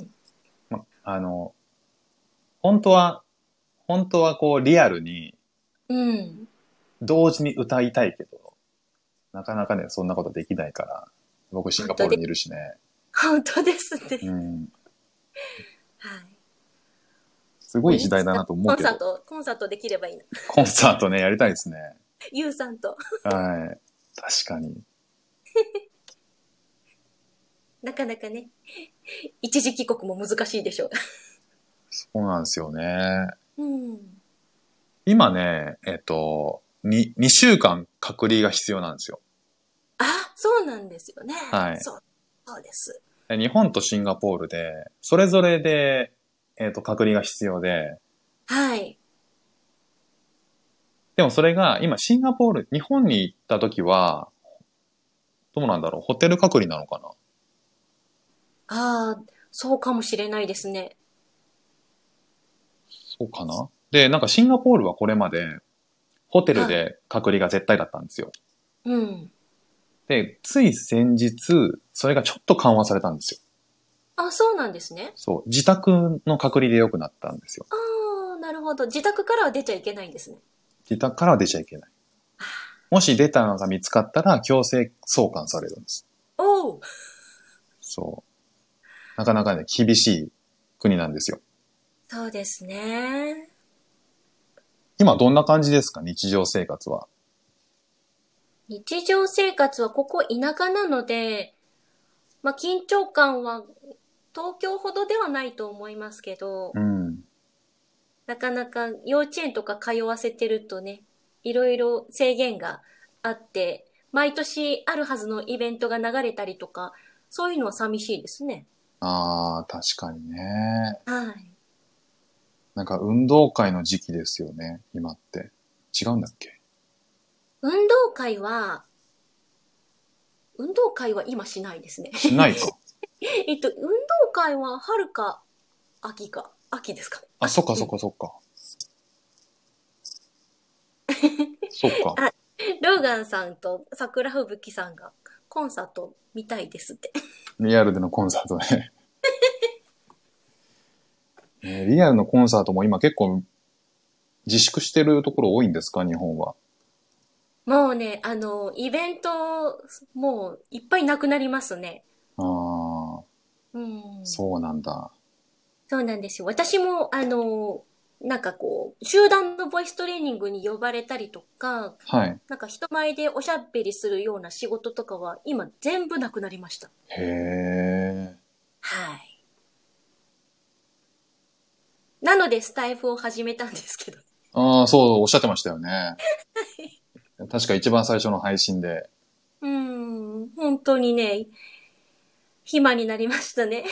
B: うん。
A: あの、本当は、本当はこう、リアルに、
B: うん。
A: 同時に歌いたいけど、なかなかね、そんなことできないから、僕シンガポールにいるしね。
B: 本当です
A: う
B: ね。
A: ん。
B: はい。
A: すごい時代だなと思
B: コ
A: う
B: ン
A: けど
B: サー、ト、コンサートできればいいな。
A: コンサートね、やりたいですね。
B: ゆうさんと。
A: はい。確かに。
B: なかなかね、一時帰国も難しいでしょ
A: そうなんですよね。
B: う。うん。
A: 今ね、えっと、に、2週間隔離が必要なんですよ。
B: あ、そうなんですよね。
A: はい
B: そう。そうです。
A: で日本とシンガポールで、それぞれで、えっと、隔離が必要で、
B: はい。
A: でもそれが今シンガポール、日本に行った時は、どうなんだろう、ホテル隔離なのかな
B: ああ、そうかもしれないですね。
A: そうかなで、なんかシンガポールはこれまで、ホテルで隔離が絶対だったんですよ。
B: うん。
A: で、つい先日、それがちょっと緩和されたんですよ。
B: あ、そうなんですね。
A: そう。自宅の隔離で良くなったんですよ。
B: ああ、なるほど。自宅からは出ちゃいけないんですね。
A: 自宅からは出ちゃいけない。もし出たのが見つかったら強制送還されるんです。
B: おう。
A: そう。なかなかね、厳しい国なんですよ。
B: そうですね。
A: 今どんな感じですか日常生活は。
B: 日常生活はここ田舎なので、まあ緊張感は東京ほどではないと思いますけど、
A: うん。
B: なかなか幼稚園とか通わせてるとね、いろいろ制限があって、毎年あるはずのイベントが流れたりとか、そういうのは寂しいですね。
A: ああ、確かにね。
B: はい。
A: なんか運動会の時期ですよね、今って。違うんだっけ
B: 運動会は、運動会は今しないですね。 <laughs>
A: しないか。
B: えっと、運動会は春か秋か、秋ですか
A: あ、そっかそっかそっか。そっか。
B: ルーガンさんと桜吹雪さんがコンサート見たいですって。
A: リアルでのコンサートね。 <laughs> ねリアルのコンサートも今結構自粛してるところ多いんですか日本は。
B: もうね、あの、イベント、もういっぱいなくなりますね。
A: ああ、
B: うん。
A: そうなんだ。
B: そうなんですよ。私も、あの、なんかこう、集団のボイストレーニングに呼ばれたりとか、
A: はい。
B: なんか人前でおしゃべりするような仕事とかは、今全部なくなりました。
A: へえ。
B: はい。なので、スタイフを始めたんですけど。
A: ああ、そう、おっしゃってましたよね。確か一番最初の配信で。
B: うーん、本当にね、暇になりまし
A: <laughs>
B: たね。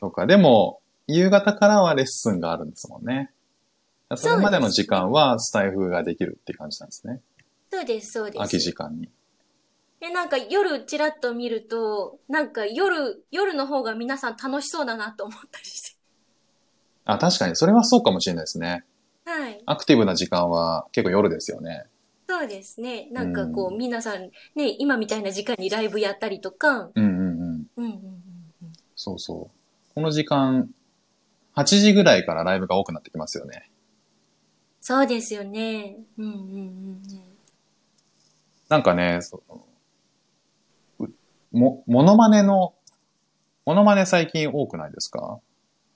A: そうか。でも、夕方からはレッスンがあるんですもんね。それまでの時間はスタイフができるって感じなんですね。
B: そうです、そうです。
A: 空き時間に。
B: で、なんか夜ちらっと見ると、なんか夜、夜の方が皆さん楽しそうだなと思ったりして。
A: あ、確かに、それはそうかもしれないですね。
B: はい。
A: アクティブな時間は結構夜ですよね。
B: そそうですね。なんかこう、皆さん、ね、今みたいな時間にライブやったりとか、
A: うんうんうん。
B: うんうんうんうん。
A: そうそう。この時間、8時ぐらいからライブが多くなってきますよね。
B: そうですよね。うんうんうん
A: なんかね、そのうも、モノマネの、モノマネ最近多くないですか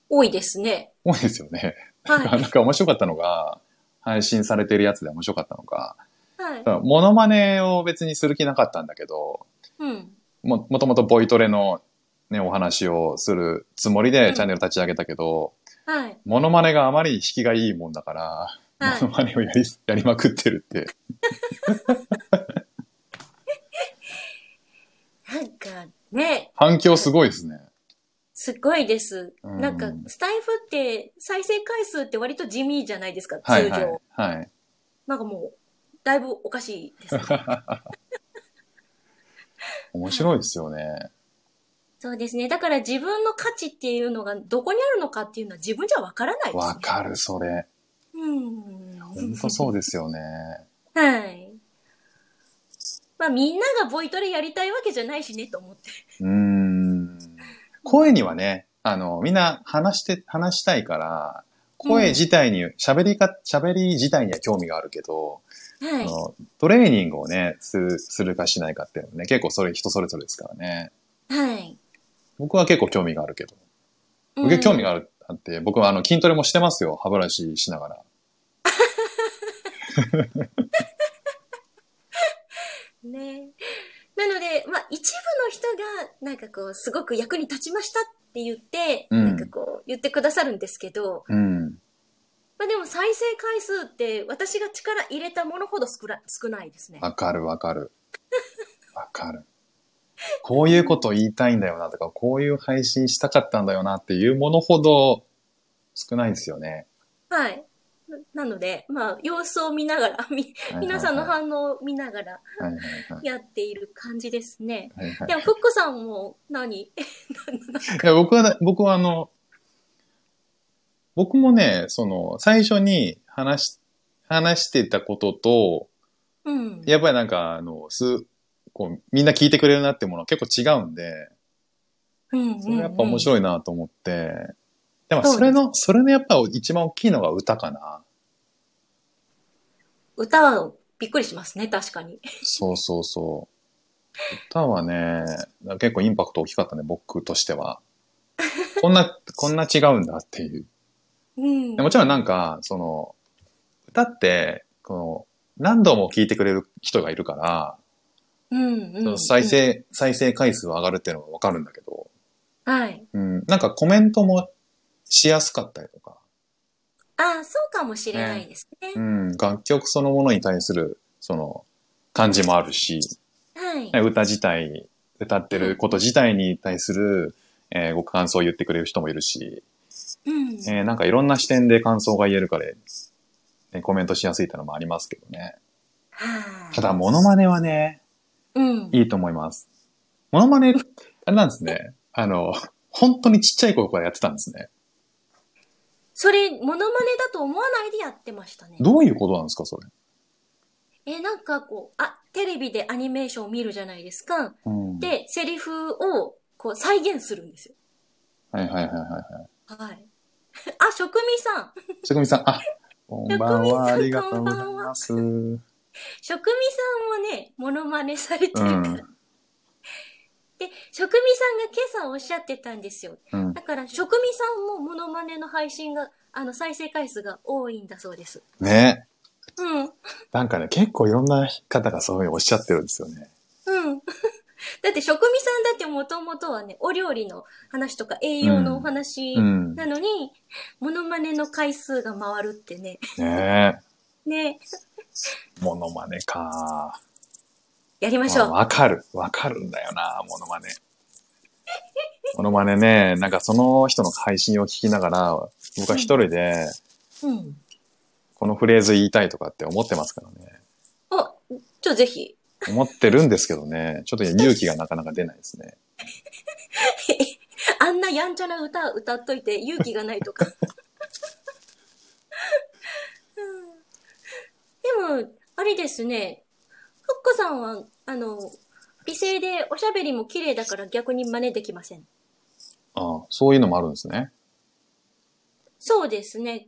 B: うん。多いですね。
A: 多いですよね。
B: は
A: なんか面白かったのが、配信されてるやつで面白かったのが、
B: い。はい。
A: モノマネを別にする気なかったんだけど、
B: うん。
A: も、もともとボイトレのね、お話をするつもり
B: う
A: で
B: ん
A: チャンネル立ち上げたけど、
B: はい。
A: モノマネがあまり引きがいいもんだから、
B: はい
A: モノマネをやり、 <laughs> やりまくってるって。
B: なんかね、
A: 反響すごいですね。
B: すごいです。
A: うん
B: なんか、スタイフって再生回数って割と地味じゃないですか、通常。
A: はいはい。はい。
B: なんかもう、だいぶおかしいです。
A: <laughs> 面白いですよね。
B: そうですね。だから自分の価値っていうのがどこにあるのかっていうのは自分じゃわからないですね。
A: わかる、それ。
B: うん。
A: 本当そうですよね。
B: はい。まあみんながボイトレやりたいわけじゃないしねと思って。
A: うーん。声にはね、あの、みんな話して、話したいから、声自体に、喋りか、喋り自体には興味があるけど、
B: は
A: あ
B: い。
A: のトレーニングをね、する、するかしないかっていうのはね、結構それ人それぞれですからね。
B: はい。
A: 僕は結構興味があるけど。
B: うん
A: 僕興味がある、あって、僕はあの筋トレもしてますよ。歯ブラシしながら。
B: ね。なので、まあ一部の人がなんかこうすごく役に立ちましたって言って、
A: うん
B: なんかこう言ってくださるんですけど、
A: うん。
B: まあでも再生回数って私が力入れたものほど少な少ないですね。
A: わかるわかる。わかる。こういうこと言いたいんだよなとか、こういう配信したかったんだよなっていうものほど少ないんですよね。
B: はい。ななので、まあ様子を見ながら、み皆さんの
A: はい
B: 反応を見ながら
A: はいはい
B: やっている感じですね。
A: はいはいはい
B: でも、ふっこさんも何、
A: い
B: <laughs>
A: や僕は、僕はあの、僕もね、その、最初に話し、話してたことと、
B: うん。
A: やっぱりなんか、あの、す、こう、みんな聞いてくれるなってものは結構違うんで、
B: うん、
A: それやっぱ面
B: い。
A: 白いなと思って、でも
B: そうです
A: それの、それのやっぱ一番大きいのが歌かな。
B: 歌はびっくりしますね、確かに。
A: そうそうそう。歌はね、結構インパクト大きかったね、僕としては。こん
B: <laughs>
A: な、こんな違うんだっていう。
B: うん。
A: でもちろんなんか、その、歌って、この、何度も聴いてくれる人がいるから、
B: うん、う
A: その
B: ん。
A: 再生、再生回数は上がるっていうのはわかるんだけど、
B: うん。はい。
A: うん、なんかコメントもしやすかったりとか、
B: ああ、そうかもしれないですね。
A: うん、楽曲そのものに対する、その、感じもあるし、
B: はい。
A: ね歌自体、歌ってること自体に対する、えーご感想を言ってくれる人もいるし、
B: うん。
A: えーなんかいろんな視点で感想が言えるから、ねコメントしやすいってのもありますけどね。
B: はい。
A: ただ、モノマネはね、
B: うん。
A: いいと思います。モノマネ、あれなんですね。あの、本当にちっちゃい頃からやってたんですね。
B: それ、モノマネだと思わないでやってましたね。
A: どういうことなんですか、それ。
B: え、なんかこう、あ、テレビでアニメーションを見るじゃないですか。
A: うん、はい
B: で、セリフを、こう、再現するんですよ。
A: はいはいはいは
B: はい。 <laughs> あ、職味さん。
A: い。職人さん、あ、こんばんは、ありがとうございます。うん。
B: 職味さんもね、モノマネされてるから。で、職味さんが今朝おっしゃってたんですよ。
A: うん
B: だから、職味さんもモノマネの配信が、あの、再生回数が多いんだそうです。
A: ね。
B: うん、
A: なんかね、結構いろんな方がそういうふうにおっしゃってるんですよね。
B: うん。 <laughs> だって、職味さんだってもともとはね、お料理の話とか栄養のお話
A: うん。
B: なのに、モノマネの回数が回るってね。
A: ね
B: ね、
A: モノマネか。
B: やりまし
A: ま
B: ょ
A: あ
B: う。
A: わかる。わかるんだよな、モノマネ。モノマネね、なんかその人の配信を聞きながら、僕は一人で、
B: うん。
A: このフレーズ言いたいとかって思ってますからね。
B: お、ちょ、ぜひ。
A: 思ってるんですけどね、ちょっと勇気がなかなか出ないですね。
B: あんなやんちゃな歌歌っといて勇気がないとか。うんでも、ああれですね。ふっかさんは、あの、美声でおしゃべりも綺麗だから逆に真似できません。
A: ああ、そういうのもあるんですね。
B: そうですね。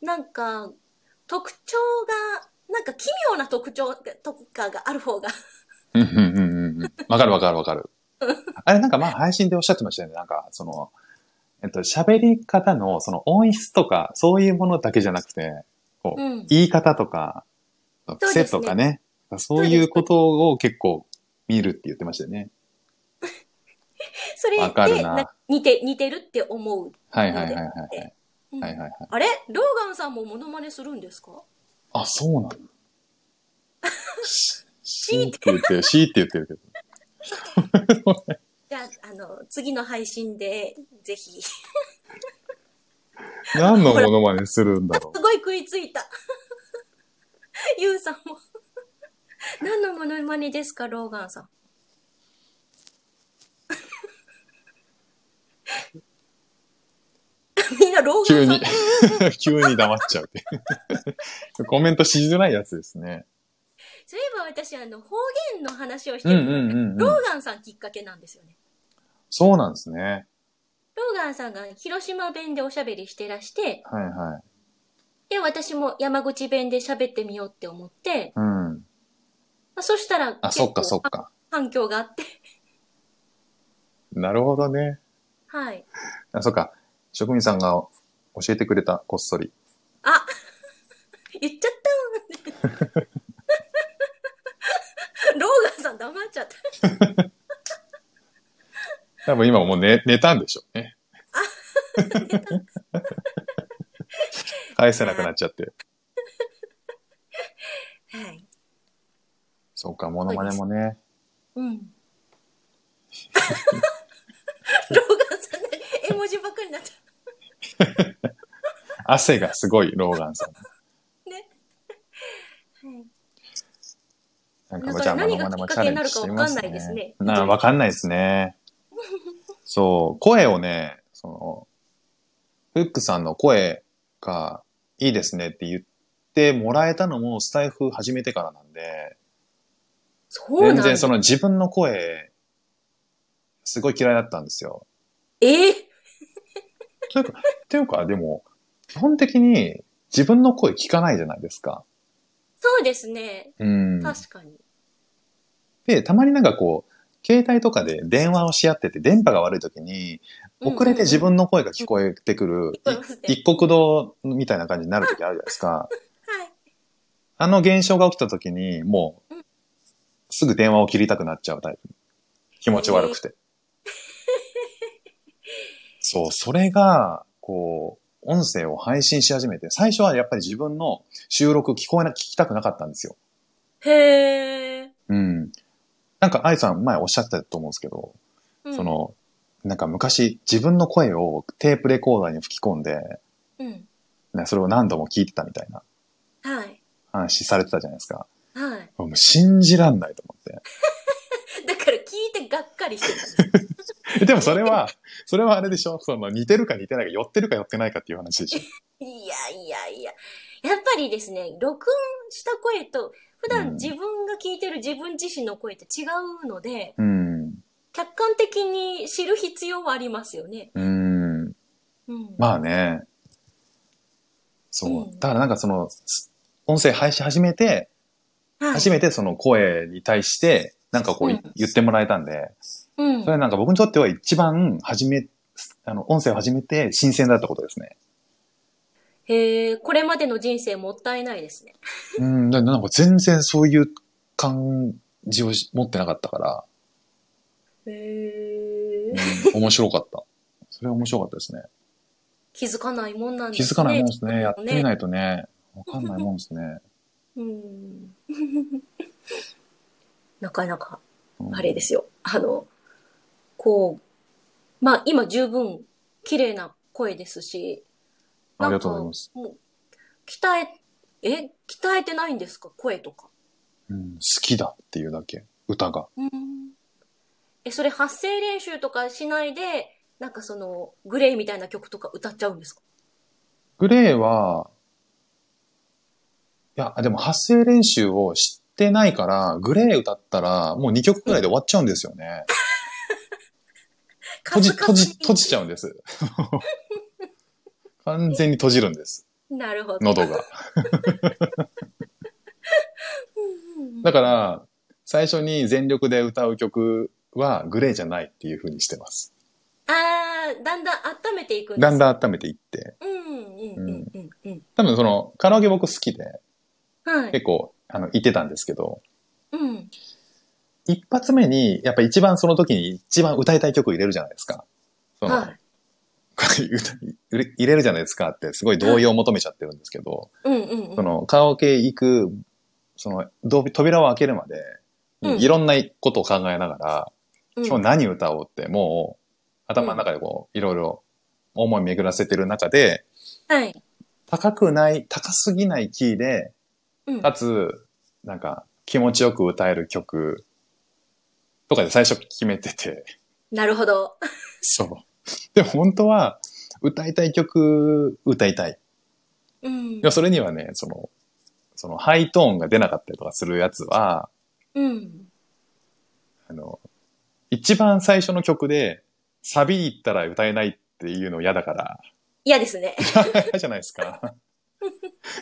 B: なんか、特徴が、なんか奇妙な特徴とかがある方が。
A: うんうんうんうんわかるわかるわかる。あれなんかまあ配信でおっしゃってましたよね。なんかその、えっと、喋り方のその音質とか、そういうものだけじゃなくて、こう、
B: うん。
A: 言い方とか、
B: すね
A: 癖とかねそういうことを結構見るって言ってましたよね。
B: それ
A: わかる
B: で、
A: な
B: な似て、似てるって思う。
A: はいはいはいはいはい。
B: うん
A: はいはいはい。
B: あれローガンさんもモノマネするんですか
A: あ、そうなのししって言ってる、しって言ってるけど。
B: じゃあ、あの、次の配信で、ぜひ。す
A: 何のモノマネするんだろう。
B: ごい食いついた。 <laughs> ゆうさん
A: <laughs>
B: も。何のモノマネですか、ローガンさん。 <laughs> みんなロー
A: 急
B: ガンさ
A: に
B: ん。、
A: <laughs> 急に黙っちゃうって <laughs> いう。コメントしづらいやつですね。
B: そういえば私、あの、方言の話をして
A: うん
B: る
A: う
B: ので、
A: んうん、
B: ロ
A: うん。
B: ーガンさんきっかけなんですよね。
A: そうなんですね。
B: ローガンさんが広島弁でおしゃべりしてらして、
A: はいはい。
B: で、私も山口弁で喋ってみようって思って、
A: うん。
B: まあ、そしたら、
A: あ、そっかそっか。
B: 反響があって。
A: なるほどね。
B: はい。
A: あ、そっか。職員さんが教えてくれた、こっそり。
B: あ <laughs> 言っちゃった <laughs> ローガンさん黙っちゃった。
A: 多分今もう寝、寝たんでしょう <laughs> ね。返せなくなっちゃって。
B: はい。
A: そうか、モノマネもね。
B: <laughs> うん。ローガンさんね、絵文字ばっかりになっちゃっ
A: 汗がすごい、ローガン
B: <laughs>
A: さん。
B: た。はい。
A: なん
B: だ
A: か、
B: から
A: じゃあ、モノ
B: 何が
A: マネも
B: きっ
A: チ
B: か
A: ャ
B: け
A: レ
B: にな
A: ンジ
B: るか
A: して
B: わ
A: み
B: か
A: ま
B: ん
A: す
B: ないですね
A: ね。な、わかんないですね。そう、声をね、その、フックさんの声がいいですねって言ってもらえたのもスタイフ始めてからなんで、
B: そう
A: 全
B: なん
A: 然
B: だ
A: そ。の自分の声、すごい嫌いだったんですよ。
B: ええ
A: というか、というか、でも、基本的に自分の声聞かないじゃないですか。
B: そうですね。
A: うん。
B: 確かに。
A: で、たまになんかこう、携帯とかで電話をし合ってて、電波が悪い時に、遅れて自分の声が聞こえてくる、
B: うんうんうん聞こえますね
A: い一国道みたいな感じになる時あるじゃないですか。
B: はい。
A: あの現象が起きた時に、もう
B: うん、
A: すぐ電話を切りたくなっちゃうタイプ。気持ち悪くて。そう、それが、こう、音声を配信し始めて、最初はやっぱり自分の収録聞こえな、聞きたくなかったんですよ。
B: へえ。
A: うん。なんか、愛さん前おっしゃったと思うんですけど、
B: うん
A: そ、の、なんか昔自分の声をテープレコーダーに吹き込んで、
B: うん。
A: ね、それを何度も聞いてたみたいな
B: はい。
A: 話されてたじゃないですか。
B: はい。
A: もう信じらんないと思っ
B: だから聞いてがっかりしてた。
A: て。
B: <laughs>
A: えでもそれは、それはあれでしょその似てるか似てないか、寄ってるか寄ってないかっていう話でしょ
B: いやいやいや。やっぱりですね、録音した声と、普
A: うん
B: 段自分が聞いてる自分自身の声って違うので、
A: うん。
B: 客観的に知る必要はありますよね。
A: うん。
B: うん。
A: まあね。そうう。
B: ん
A: だからなんかその、す音声配信始めて、
B: はい
A: 初めてその声に対して、なんかこう
B: う
A: い
B: ん
A: 言ってもらえたんで、
B: うん
A: それはなんか僕にとっては一番始め、あの、音声を始めて新鮮だったことですね。
B: へえ、これまでの人生もったいないですね。
A: うん、だなんか全然そういう感じをし持ってなかったから、
B: へえ。
A: うん面白かった。 <laughs> それは面白かったですね。
B: 気づかないもんなんです
A: 気
B: ね。
A: づかないもんですね。やってみないとね、わかんないもんですね。
B: うん。なかなか。
A: うん
B: あれですよ。あの、こう、まあ今十分綺麗な声ですし、
A: ありがとうございます。
B: なんかもう鍛え、え、鍛えてないんですか声とか。
A: うん、好きだっていうだけ、歌が。
B: え、それ発声練習とかしないで、なんかその、グレイみたいな曲とか歌っちゃうんですか
A: グレーは、や、でも発声練習を知ってないから、グレー歌ったらもう2曲くらいで終わっちゃうんですよね。閉じ、
B: 数
A: 閉
B: 々
A: じ
B: に、
A: 閉じちゃうんです。 <laughs> 完全に閉じるんです。
B: なるほど。
A: 喉が。
B: うんうんうん
A: だから、最初に全力で歌う曲はグレーじゃないっていう風にしてます。
B: あー、だんだん温めていくんです
A: だんだん温めていって。
B: ん。うんうんうんうんうん。
A: 多分その、カラオケ僕好きで、
B: はい。
A: 結構、あの、行ってたんですけど、
B: うん。
A: 一発目に、やっぱ一番その時に一番歌いたい曲入れるじゃないですか。その、
B: はい。
A: <laughs> 歌入れるじゃないですかって、すごい同意を求めちゃってるんですけど、
B: うんうんうん。
A: その、カラオケ行く、その、ど扉を開けるまで、
B: うん
A: いろんなことを考えながら、
B: うん
A: 今日何歌おうって、もう、頭の中でこう、いろいろ思い巡らせてる中で、
B: はい。
A: 高くない、高すぎないキーで、
B: うん。
A: かつ、なんか、気持ちよく歌える曲とかで最初決めてて、 <laughs>
B: なるほど。
A: そう。でも本当は、歌いたい曲、歌いたい。
B: うん
A: で。もそれにはね、その、そのハイトーンが出なかったりとかするやつは、
B: うん。
A: あの、一番最初の曲で、サビ行ったら歌えないっていうの嫌だから、
B: 嫌ですね。
A: 嫌じゃないです <laughs> か。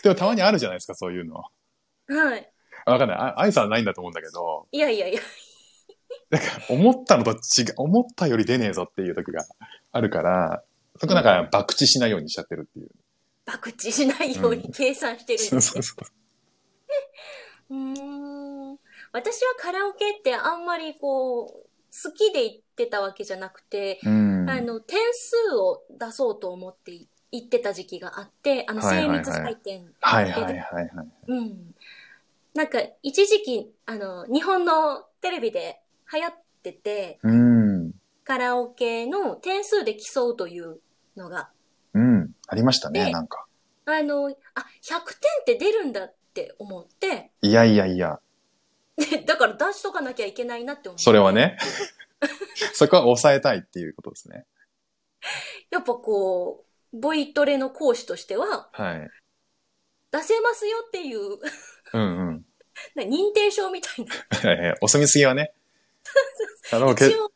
A: でもたまにあるじゃないですか、そういうの。
B: はい。
A: あわかんない。あ、アイさんはないんだと思うんだけど、
B: いやいや <laughs> いや。
A: 思ったのと違う、思ったより出ねえぞっていう時があるから、そこなんか爆打しないようにしちゃってるっていう。
B: 爆打しないように計算してるん
A: そう
B: です
A: そ
B: ね
A: う。そう。
B: うーん。私はカラオケってあんまりこう、好きで行ってたわけじゃなくて、
A: うん。
B: あの、点数を出そうと思って行ってた時期があって、あの、
A: はいはい
B: 精
A: はい
B: 密採点。
A: はいはいはいはい。
B: うん。なんか、一時期、あの、日本のテレビで流行ってて、
A: うん。
B: カラオケの点数で競うというのが、
A: うん。ありましたね、
B: ね
A: なんか。
B: あの、あ、100点って出るんだって思って、 <laughs>
A: いやいやいや、
B: でだから出しとかなきゃいけないなって思って。
A: それは。 <laughs> ね。そこは抑えたいっていうことですね。
B: やっぱこう、ボイトレの講師としては、
A: はい。
B: 出せますよっていう、 <laughs>
A: うんうん。
B: な認定証みたいな。
A: いやいやお墨付きは
B: <laughs>
A: ね。カラオケ
B: 一、応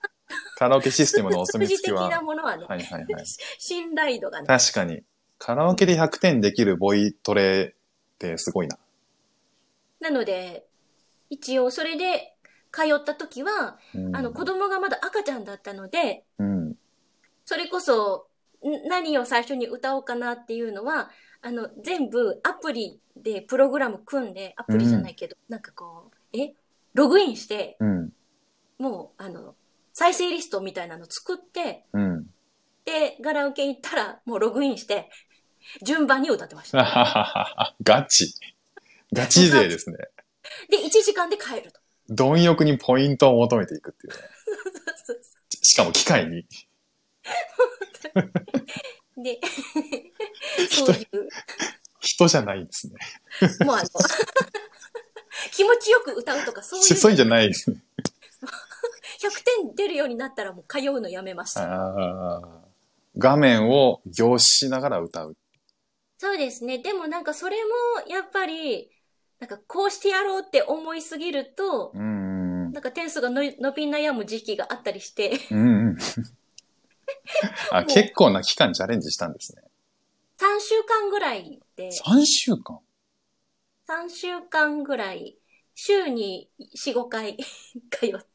A: カラオケシステムのお墨付き
B: 数字
A: は。
B: 的な
A: は
B: ものはね、
A: いはいはい。
B: 信頼度がね。
A: 確かに。カラオケで100点できるボイトレってすごいな。
B: なので、一応それで通った時は、あの子
A: 供。
B: 供がまだ赤ちゃんだったので、
A: うん。
B: それこそ、ん何を最初に歌おうかなっていうのは、あの、全部アプリでプログラム組んで、アプリじゃないけど、なんかこう、えログインして、
A: うん。
B: もう、あの、再生リストみたいなの作って、
A: うん。
B: で、ガラオケ行ったら、もうログインして、順番に歌ってました。
A: ははははガチ。ガチ勢ですね。
B: で、1時間で帰ると。
A: 貪欲にポイントを求めていく
B: <laughs>
A: っていうね。しかも機械に。 <laughs>
B: で、そういう、
A: 人じゃないんですね。
B: もうあの、 <laughs> 気持ちよく歌うとか、そういう、
A: そういうんじゃないですね。
B: 100点出るようになったらもう通うのやめました。
A: あー画面を凝視しながら歌う。
B: そうですね。でもなんかそれも、やっぱり、なんかこうしてやろうって思いすぎると、
A: うん。うん
B: なんか点数がの伸び悩む時期があったりして、 <laughs>
A: うん。あ、
B: もう
A: 結構な期間チャレンジしたんですね。
B: 3週間ぐらいで、
A: 3週間
B: 3週間ぐらい、週に4、5回 <laughs> 通って。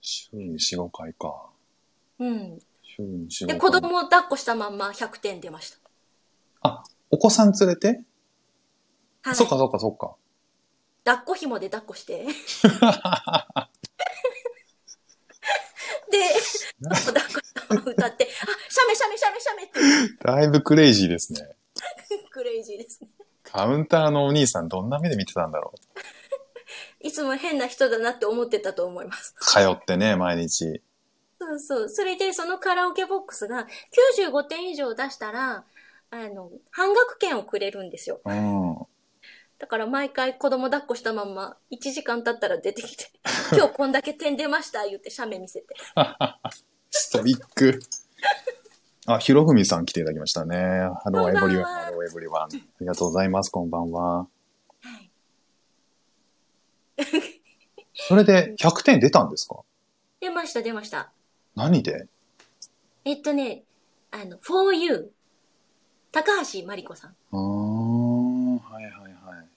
A: 週に4、5回か。
B: うん。
A: 週に4、5
B: で、
A: 回。
B: 子供を抱っこしたまんま100点出ました。
A: お子さん連れて、
B: はい。
A: そっかそっかそっか。
B: 抱っこ紐で抱っこ <laughs> して。で、抱っこしたまま歌って、あ、シャメシャメシャメシャメって言っ
A: だいぶクレイジーですね。
B: てクレイジーですね。
A: カウンターのお兄さんどんな目で見てたんだろう。
B: いつも変な人だなって思ってたと思います。
A: 通ってね、毎日。
B: そうそう。それで、そのカラオケボックスが95点以上出したら、あの、半額券をくれるんですよ。
A: うん。
B: だから毎回子供抱っこしたまんま、1時間経ったら出て
A: <laughs>
B: きて、今日こんだけ点出ました、言って写メ見せて。
A: ストイック。あ、ひろふみさん来ていただきましたね。ハローエブリワン、
B: こんばんは
A: ハローエブリワン。ありがとうございます、こんばんは。
B: は
A: それで100点出たんですか
B: 出ました、出ました。
A: 何で
B: えっとね、あの、for you。高橋まりこさん。
A: うーん、はいはいはい。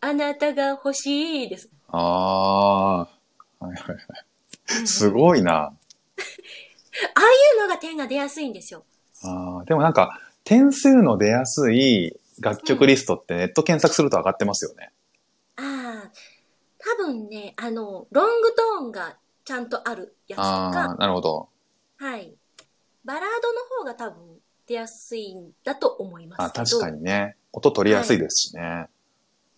B: あなたが欲しいです。
A: ああ、はいはい。 <laughs> す
B: い。
A: ごいな。
B: ああいうのが点が出やすいんですよ。
A: あーでもなんか、点数の出やすい楽曲リストってネット検索すると上がってますよね。
B: ああ、多分ね、あの、ロングトーンがちゃんとあるやつと
A: あ
B: か
A: あ、、なるほど。
B: はい。バラードの方が多分出やすいんだと思います
A: あ
B: けど。
A: 確かにね。音取りやすいですしね。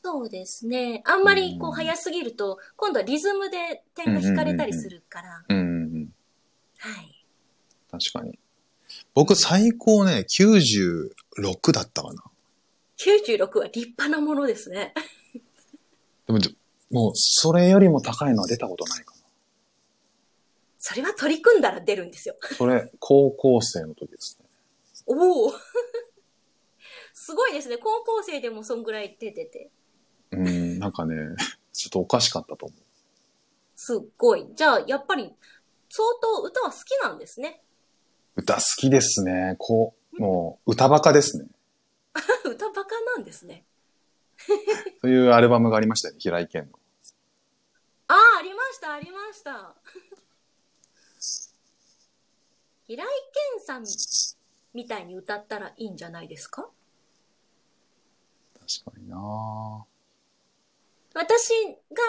B: そうですね。あんまり
A: う
B: こうん早すぎると、今度はリズムで点が引かれたりするから。
A: うんうんうん。
B: はい。
A: 確かに。僕最高ね、96だったかな。
B: 96は立派なものですね。 <laughs>
A: でも、もうそれよりも高いのは出たことないか
B: それは取り組んだら出るんですよ。
A: な。それ、高校生の時ですね。
B: おお <laughs> すごいですね。高校生でもそんぐらい出てて。
A: うん、なんかね、ちょっとおかしかったと思う。
B: すっごい。じゃあ、やっぱり、相当歌は好きなんですね。 <laughs>
A: 歌好きですね。こう、もう、歌バカですね。
B: 歌バカなんですね。
A: というアルバムがありましたよね、平井堅の。
B: ああ、ありました、ありました。 <laughs> 平井堅さんみたいに歌ったらいいんじゃないですか
A: 確かにな
B: 私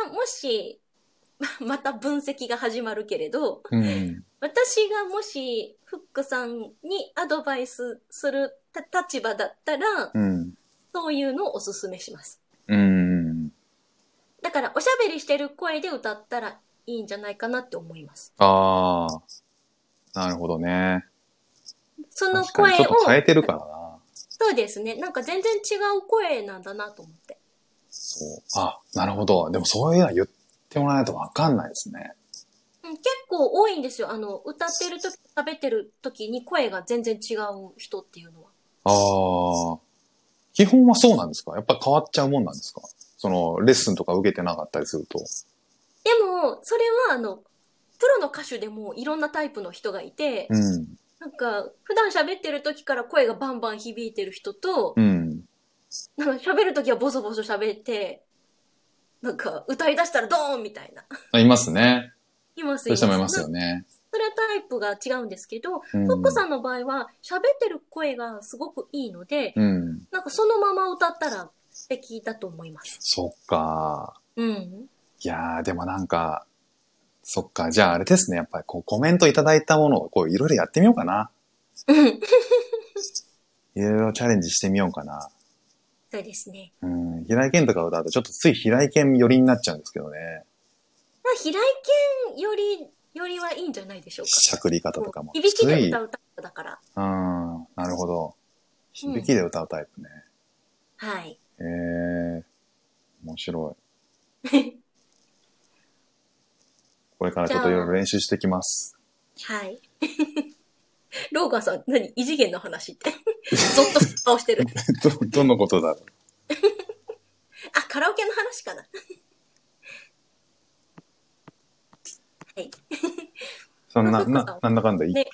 B: がもし、 <laughs> ままた分析が始まるけれど、
A: うん。
B: 私がもしフックさんにアドバイスするた立場だったら、
A: うん。
B: そういうのをおすすめします。
A: うん。
B: だから、おしゃべりしてる声で歌ったらいいんじゃないかなって思います。
A: ああ。なるほどね。
B: その
A: 確かに
B: 声
A: ちょっと変え
B: を、
A: てるからな。
B: そうですね。なんか全然違う声なんだなと思って。
A: そう。あ、なるほど。でもそういうのは言ってもらわないとわかんないですね。
B: うん、結構多いんですよ。あの、歌ってる時、喋ってる時に声が全然違う人っていうのは。
A: ああ。基本はそうなんですかやっぱ変わっちゃうもんなんですかその、レッスンとか受けてなかったりすると。
B: でも、それはあの、プロの歌手でもいろんなタイプの人がいて、
A: うん。
B: なんか、普段喋ってる時から声がバンバン響いてる人と、
A: うん。
B: なんか喋る時はボソボソ喋って、なんか歌い出したらドーンみたいな。
A: あいますね。
B: います
A: そういう人もいますよ
B: ね。
A: ね。
B: それはタイプが違うんですけど、
A: う
B: トッコ
A: ん。
B: さんの場合は喋ってる声がすごくいいので、
A: うん。
B: なんかそのまま歌ったら素敵だと思います。
A: そっか。 <laughs>
B: うん。
A: いやー、でもなんか、そっか。じゃああれですね。やっぱりこうコメントいただいたものをこういろいろやってみようかな。
B: うん
A: いろいろチャレンジしてみようかな。
B: そうですね。
A: うん。平井堅とか歌うとちょっとつい平井堅寄りになっちゃうんですけどね。
B: まあ、平井堅より、よりはいいんじゃないでしょう
A: しゃくり方とか
B: か。
A: も。
B: 響
A: つ
B: きで
A: い
B: 歌うタイプだから。
A: うん。なるほど。
B: うん
A: 響きで歌うタイプね。
B: はい。
A: へえー。面白
B: <laughs>
A: い。これからちょっといろいろ練習してきます。
B: はい。 <laughs> ローガンさん、何異次元の
A: <laughs>
B: 話って。ゾッとした顔してる。
A: ど、どのことだろう。
B: あ、カラオケの話かな。はい。
A: そんな、
B: そうそうそう
A: な、なんだかんだいい、
B: ね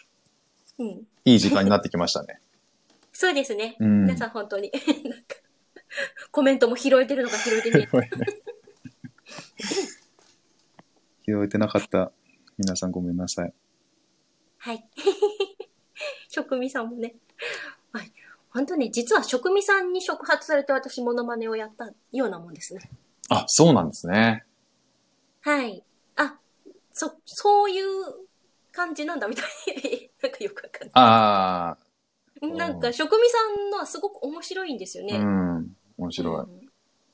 B: うん。
A: いい時間になってきましたね。
B: そうですね。
A: <laughs> うん
B: 皆さん本当に。なんか、コメントも拾えてるのか拾えてない。
A: 拾えてなかった。皆さんごめんなさい。
B: はい。 <laughs> 職味さんもね。はい。本当ね、実は職味さんに触発されて私モノマネをやったようなもんですね。
A: あ、そうなんですね。
B: はい。あ、そ、そういう感じなんだみたい <laughs> に。なんかよくわかん
A: あ
B: ない。なんか職味さんのはすごく面白いんですよ
A: あ、
B: ね。
A: うん。面白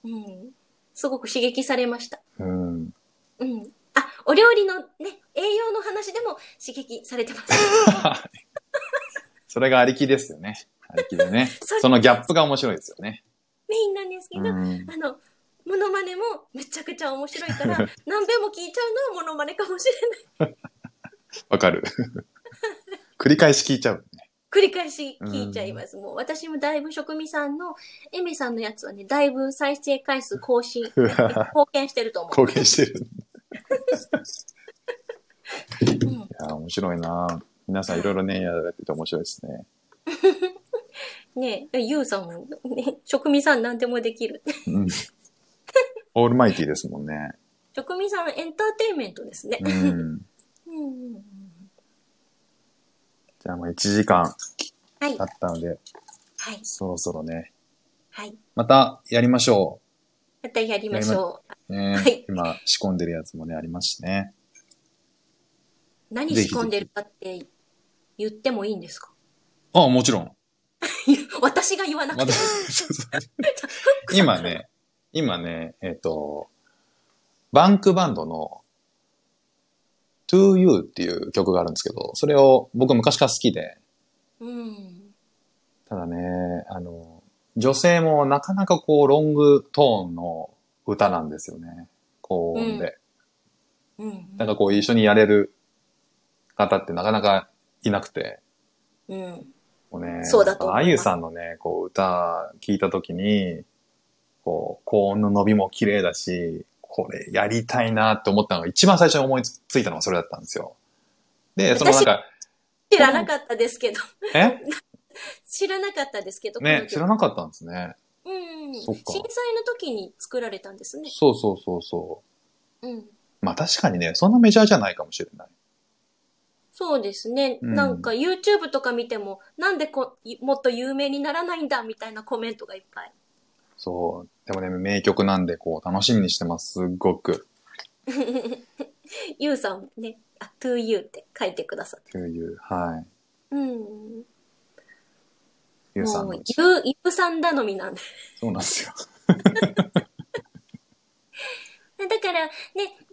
B: い。うん。すごく刺激されました。
A: い。うん。 <laughs>
B: うん。あ、お料理のね、栄養の話でも刺激されてます。 <laughs>
A: それがありきですよね。ありきでね。
B: そう
A: そのギャップが面白いですよね。
B: メインなんですけ
A: う
B: ど、
A: ん。
B: あの、モノマネもめちゃくちゃ面白いから、何べん <laughs> も聞いちゃうのはモノマネかもしれない。
A: <laughs> わかる。繰り返し聞いちゃうね。
B: <laughs> 繰り返し聞いちゃいます。もう私もだいぶ職味さんの、エミさんのやつはね、だいぶ再生回数更 <laughs> 新、
A: うわ
B: 貢献してると思う。
A: 貢献してる。い
B: うん
A: や、面白いな皆さんいろいろね、やられてて面白いですね。
B: ねえ、ユウさんも、ね、職味さん何でもできる。 <laughs>
A: うん。オールマイティーですもんね。
B: 職味さんエンターテインメントですね。
A: うん。
B: うんうんうん
A: じゃあもう1時間
B: はい
A: 経。ったので、
B: はい。
A: そろそろね、
B: はい。
A: またやりましょ
B: またやりましょう。
A: う。ね
B: はい
A: 今仕込んでるやつもね、ありますしね。
B: 何仕込んでるかって言ってもいいんですか <laughs>
A: ああ、もちろん。
B: 私が言わなく
A: ま
B: て
A: た
B: <laughs> も。、
A: 今ね、今ね、えっ、と、バンクバンドの To You っていう曲があるんですけど、それを僕昔から好きで、
B: うん。
A: ただね、あの、女性もなかなかこう、ロングトーンの歌なんですよね。高音で。
B: うん。
A: なんかこう、一緒にやれる方ってなかなかいなくて。
B: うん。
A: もうね、
B: そうだと思います
A: あゆさんのね、こう、歌聞いたときに、こう、高音の伸びも綺麗だし、これやりたいなって思ったのが一番最初に思いついたのがそれだったんですよ。で、そのなんか、
B: 知らなかったですけど。 <laughs>
A: え
B: 知らなかったですけど。こ
A: ね
B: の、曲
A: 知らなかったんですね。
B: うん。震
A: そっ
B: 災
A: か
B: の時に作られたんですね。
A: そうそうそうそ
B: うん。
A: う。まあ確かにね、そんなメジャーじゃないかもしれない。
B: そうですね。
A: うん
B: なんか YouTube とか見ても、なんでこもっと有名にならないんだみたいなコメントがいっぱい。
A: そう。でもね、名曲なんで、こう、楽しみにしてます、すっごく。
B: <laughs> ゆうさんね、あ、to you って書いてくださって。
A: という、はい。
B: うん。
A: ゆうさん
B: も
A: の
B: う、。ゆう、ゆうさん頼みなんで。
A: そうなんですよ。
B: <laughs> だから、ね、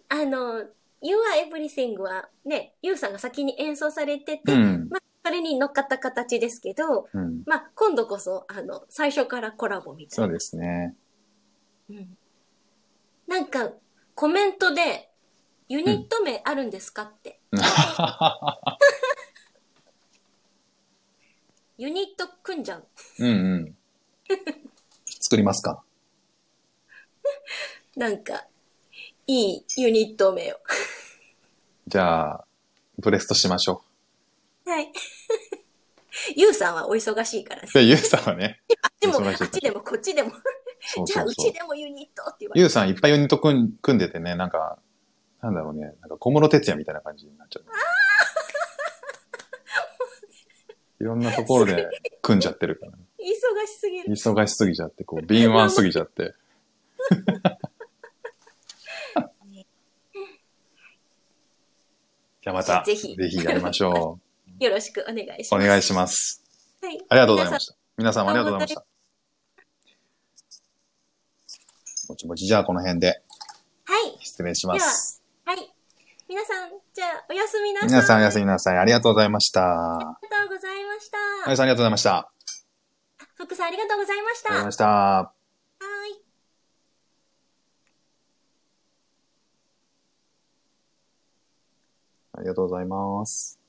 B: あの、You are everything はね、ゆうさんが先に演奏されてて、
A: うん。
B: まあ、それに乗っかった形ですけど、
A: うん。
B: まあ、今度こそ、あの、最初からコラボみた
A: そ
B: いうな。
A: ですね。
B: うんなんか、コメントで、ユニット名あるんですかって。ユニット組んじゃう。
A: うんうん。作りますか
B: なんか、いいユニット名を。
A: じゃあ、ブレストしましょ
B: はい。 <laughs> ゆうさんはお忙しいからね。
A: う。で、 <laughs> ゆうさんはね、
B: あっちも、
A: 忙しい
B: あっちでもこっちでも、
A: そう
B: じゃ
A: そ
B: あ
A: う
B: う
A: そ
B: ち
A: う。
B: でもユニットって言われ
A: ゆう
B: て。
A: さんいっぱいユニット組ん組んでてね、なんか、なんだろうね、なんか小室哲也みたいな感じになっちゃう。いろんなところで組んじゃってるから、ね、
B: 忙しすぎる。
A: 忙しすぎちゃって、こう、敏腕すぎちゃって。 <laughs> じゃあまた、
B: ぜひ
A: ぜひやりましょ
B: よろしくお願いし
A: う。
B: ます。
A: お願いします。
B: す。はい。
A: ありがとうございました。皆さんもありがとうございました。もちもち、じゃあこの辺で
B: はい。
A: 失礼します。
B: はい。皆さん、じゃあ、おやすみなさい。
A: 皆さんおやすみなさい。ありがとうございました。は
B: ありがとうございました。
A: い、さんありがとうございました。あ
B: 福さん、ありがとうございまし
A: りがとうござい
B: た。は
A: ました。
B: ーい。
A: ありがとうございます。